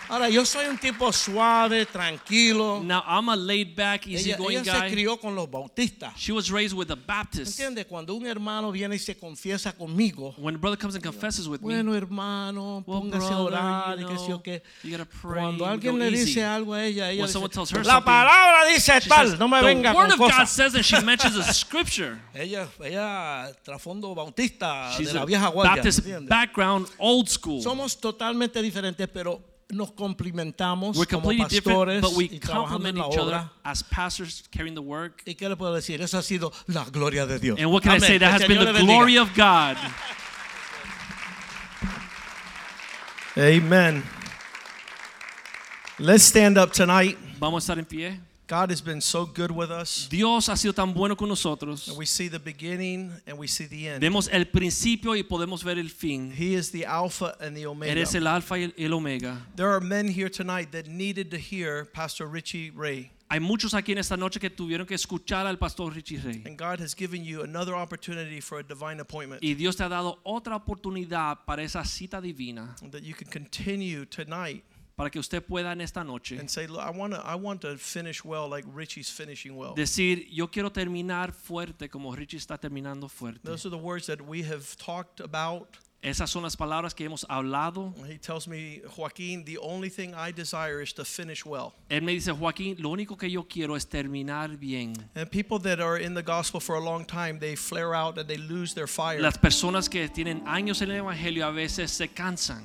Ahora, yo soy un tipo suave, tranquilo.
Now I'm a laid-back,
Ella,
easygoing
ella se
Mm, guy.
crió con los bautistas.
She was raised with a Baptist.
¿Entiendes? Cuando un hermano viene y se confiesa conmigo,
When a brother comes and confesses with me,
bueno, hermano,
Mm, Well,
póngase a
brother,
orar
you
y qué sé
know,
yo qué.
you gotta pray,
Cuando
you
alguien
go
le
easy.
dice algo a ella, ella
When someone tells
dice,
her
la
something,
palabra dice
she
tal,
says,
no me
the
venga con
word of God
cosas.
says, and she mentions a scripture.
Ella, ella, trasfondo bautista
She's
Ah, de la
a
vieja guardia.
Baptist
¿entiendes?
background, old school.
Somos totalmente diferentes, pero nos complementamos
We're
como
completely different,
pastores
but we
y trabajando en
complement
la
each other
obra.
as pastors carrying the work.
¿Y qué le puedo decir? Eso ha sido la gloria de Dios.
And what can I
Amén.
say? That
Que
has
el
been
Señor
the
le bendiga.
glory of God.
Amen. Let's stand up tonight.
Vamos a estar en pie.
God has been so good with us.
Dios ha sido tan bueno con nosotros.
And we see the beginning and we see the end.
Vemos el principio y podemos ver el fin.
He is the Alpha and the
Eres
Omega.
el alfa y el- el omega.
There are men here tonight that needed to hear Pastor Richie Ray.
Hay muchos aquí en esta noche que tuvieron que escuchar al pastor Richie Rey.
And God has given you another opportunity for a divine appointment.
Y Dios te ha dado otra oportunidad para esa cita divina,
That you can continue tonight
para que usted pueda en esta noche
and say, Look, I want to I want to finish well like Richie's finishing well.
decir, yo quiero terminar fuerte como Richie está terminando fuerte.
Those are the words that we have talked about.
Esas son las palabras que hemos hablado.
He tells me, Joaquin, the only thing I desire is to finish well.
Él me dice, Joaquín, lo único que yo quiero es terminar bien.
And people that are in the gospel for a long time, they flare out and they lose their fire.
Las personas que tienen años en el Evangelio a veces se cansan.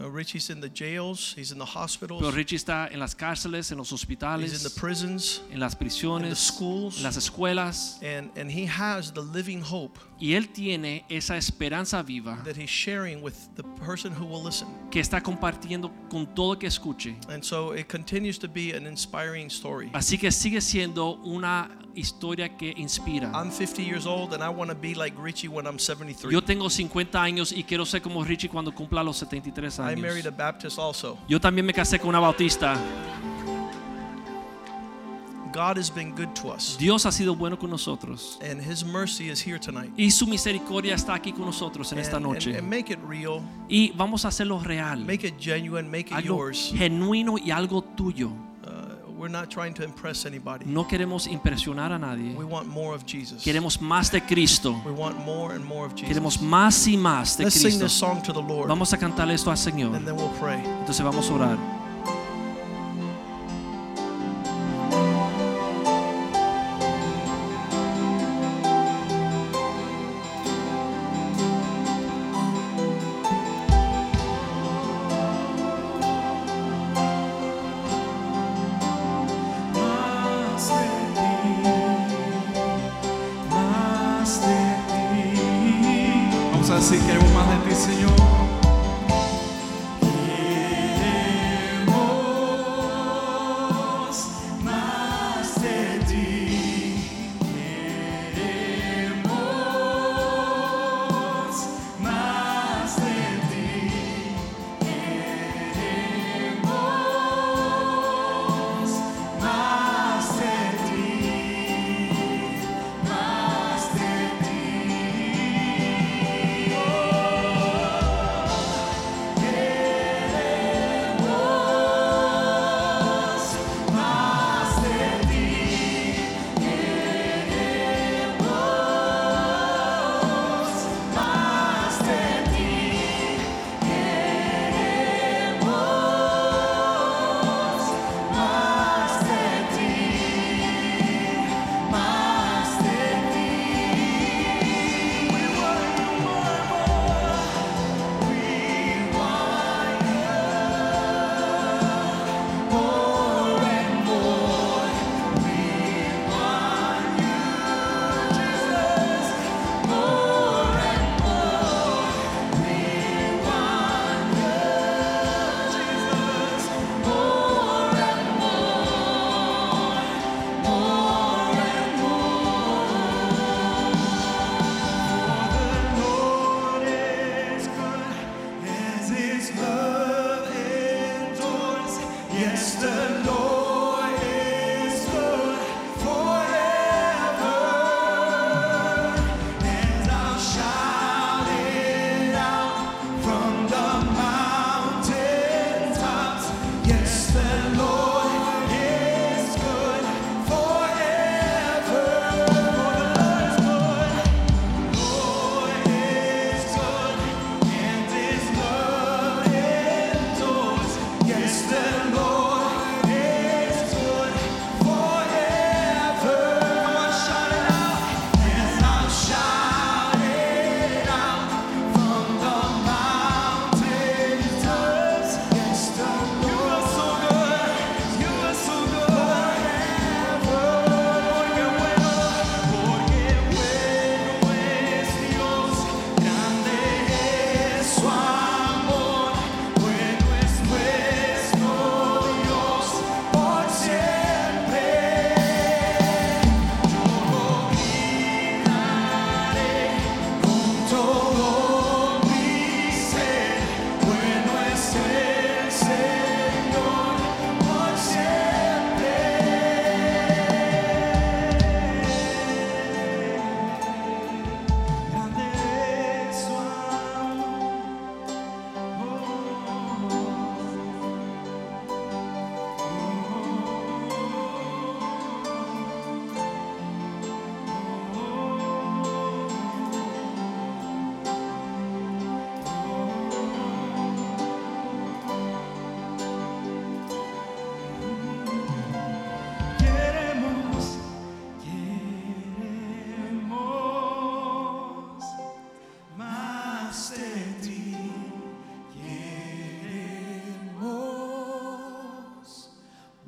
Uh, Richie's in the jails, he's in the
Pero
hospitals,
Richie está en las cárceles, en los
he's in the
hospitales,
prisons,
en las
in the
prisiones, en
schools,
las escuelas.
and, and he has the living hope
Y él tiene esa esperanza viva
that he's sharing with the person who will listen.
que está compartiendo con todo el que escuche.
And so it continues to be an inspiring story.
Así que sigue siendo una historia que inspira.
I'm 50 years old and I want to be like Richie when I'm 73.
Yo tengo 50 años y quiero ser como Richie cuando cumpla los 73
I married a
años.
Baptist also.
Yo también me casé con una bautista.
God has been good to us,
Dios ha sido bueno con nosotros.
and his mercy is here tonight.
Y su misericordia está aquí con nosotros en
And,
esta
and-
noche.
and make it real,
Y vamos a hacerlo real.
make it genuine, make it
Algo
yours.
genuino y algo tuyo.
Uh, we're not trying to impress anybody.
No queremos impresionar a nadie.
We want more of Jesus.
Queremos más de Cristo.
We want more and more of Jesus.
Queremos más y más de
Let's sing this
Cristo.
song to the Lord,
Vamos a cantar esto al Señor.
and then we'll pray.
Entonces vamos a orar.
Más de ti. Vamos a decir, queremos más de ti, Señor. Queremos más de ti. Queremos más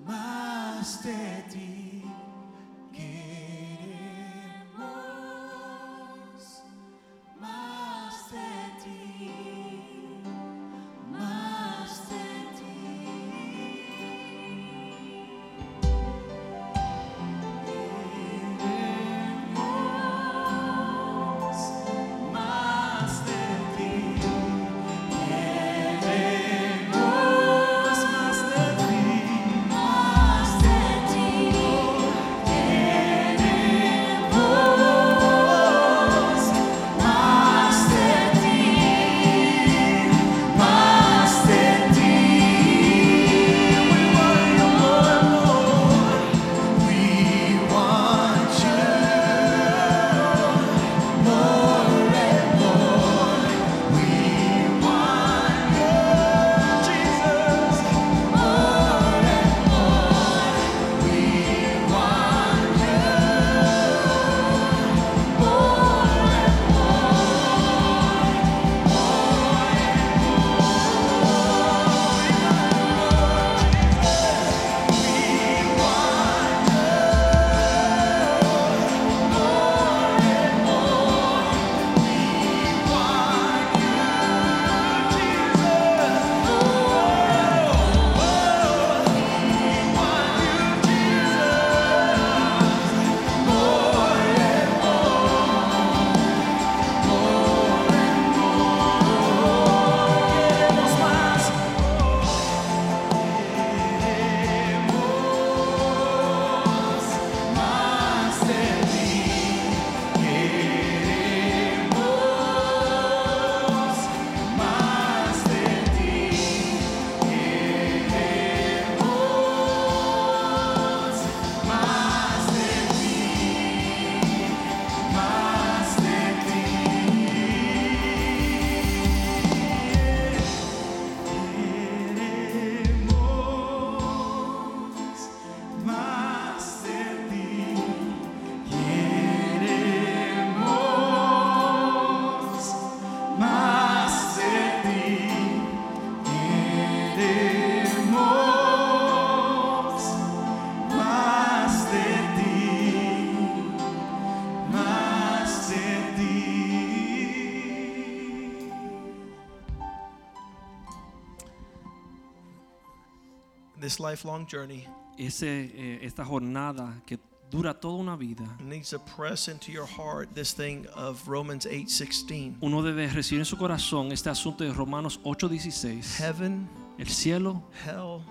más de ti queremos, más de ti, más de ti. Queremos más de ti, queremos más de ti. Más de ti, queremos más de ti, más de ti. We want you more, we want you more and more. We want you, Jesus. Más de ti queremos, más de ti queremos, más de ti, más de ti.
This lifelong journey
Ese, eh, esta jornada que dura toda una vida,
needs to press into your heart this thing of Romans 8:16.
uno debe recibir en su corazón este asunto de Romanos 8:16.
Heaven,
El cielo,
hell,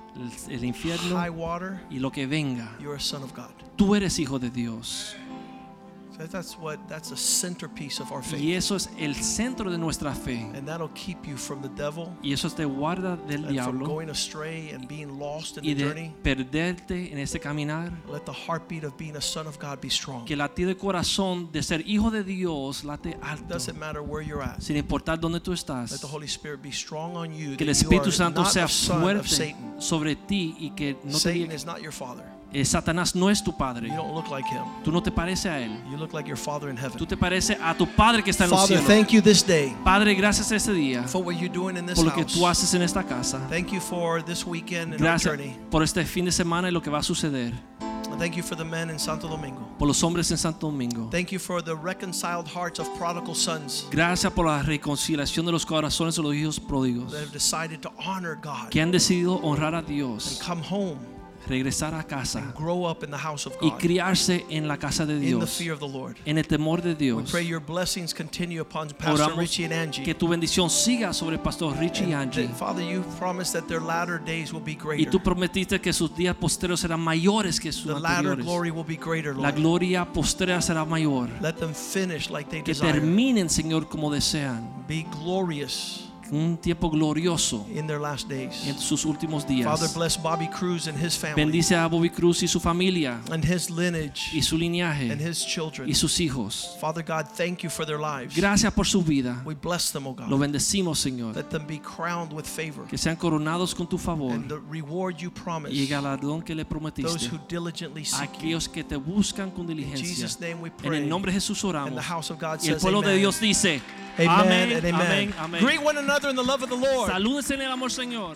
el, el infierno
high water,
y lo que venga.
you're a son of God.
Tú eres hijo de Dios.
So that's what that's the centerpiece of our
Y
faith.
eso es el centro de nuestra fe.
And that'll keep you from the devil
Y eso te guarda del
and from
diablo
going astray and being lost in
y
the
de
journey.
perderte en ese caminar.
Let the heartbeat of being a son of God be strong.
Que latido de corazón de ser hijo de Dios late alto.
Doesn't matter where you're at.
Sin importar dónde tú
Let
estás.
the Holy Spirit be strong on you.
Que el
that you
Espíritu
are
Santo
not
sea
a son of
fuerte
Satan.
sobre ti y que no te
Satan
diga
is not your father.
que eh, Satanás no es tu padre.
You don't look like him.
Tú no te pareces a él.
You look like your father in
Tú
heaven.
te pareces a tu padre que está en los
Father,
cielos.
thank you this day
Padre, gracias a este día
for what you're doing in this
por lo que tú
house.
haces en esta casa.
Thank you for this weekend and our
Gracias
journey.
por este fin de semana y lo que va a suceder.
And Thank you for the men in Santo Domingo.
Por los hombres en Santo Domingo.
Thank you for the reconciled hearts of prodigal sons
Gracias por la reconciliación de los corazones de los hijos pródigos
that have decided to honor God
que han decidido honrar a
and
Dios,
come home
regresar a
and
casa
grow up in the house of
y
God
criarse en la casa de
in the
Dios,
fear of the Lord.
en el temor de
We
Dios.
pray your blessings continue upon Pastor
Oramos
Richie and Angie.
que tu bendición siga sobre el pastor Richie y
And
Angie.
that, Father, you promised that their latter days will be
Y
greater.
tú prometiste que sus días posteriores serán mayores que sus
The latter
anteriores.
glory will be greater,
La
Lord.
gloria posterior será mayor.
Let them finish like they
Que
desire.
terminen, Señor, como desean.
Be glorious
Un tiempo glorioso
in their last
en
days.
sus últimos
Father,
días.
bless Bobby Cruz and his family
Bendice a Bobby Cruz y su familia,
and his
y
lineage
su
and
linaje,
his children.
y sus hijos.
Father God, thank you for their lives.
Gracias por su vida.
We bless them, O
Lo
God.
bendecimos, Señor.
Let them be crowned with favor
Que sean coronados con tu favor
and the reward you
y el
promise
galardón que le
those
prometiste.
who diligently
A
seek you.
aquellos que te buscan con
In
diligencia.
Jesus' name we
En
pray.
el nombre de Jesús
And the
oramos.
house of God
Y el
says,
pueblo de
Amen.
Dios dice,
Amen
amén,
and
amén,
amen.
amén.
Greet one another in the love of the Lord.
Salúdense en el amor, Señor.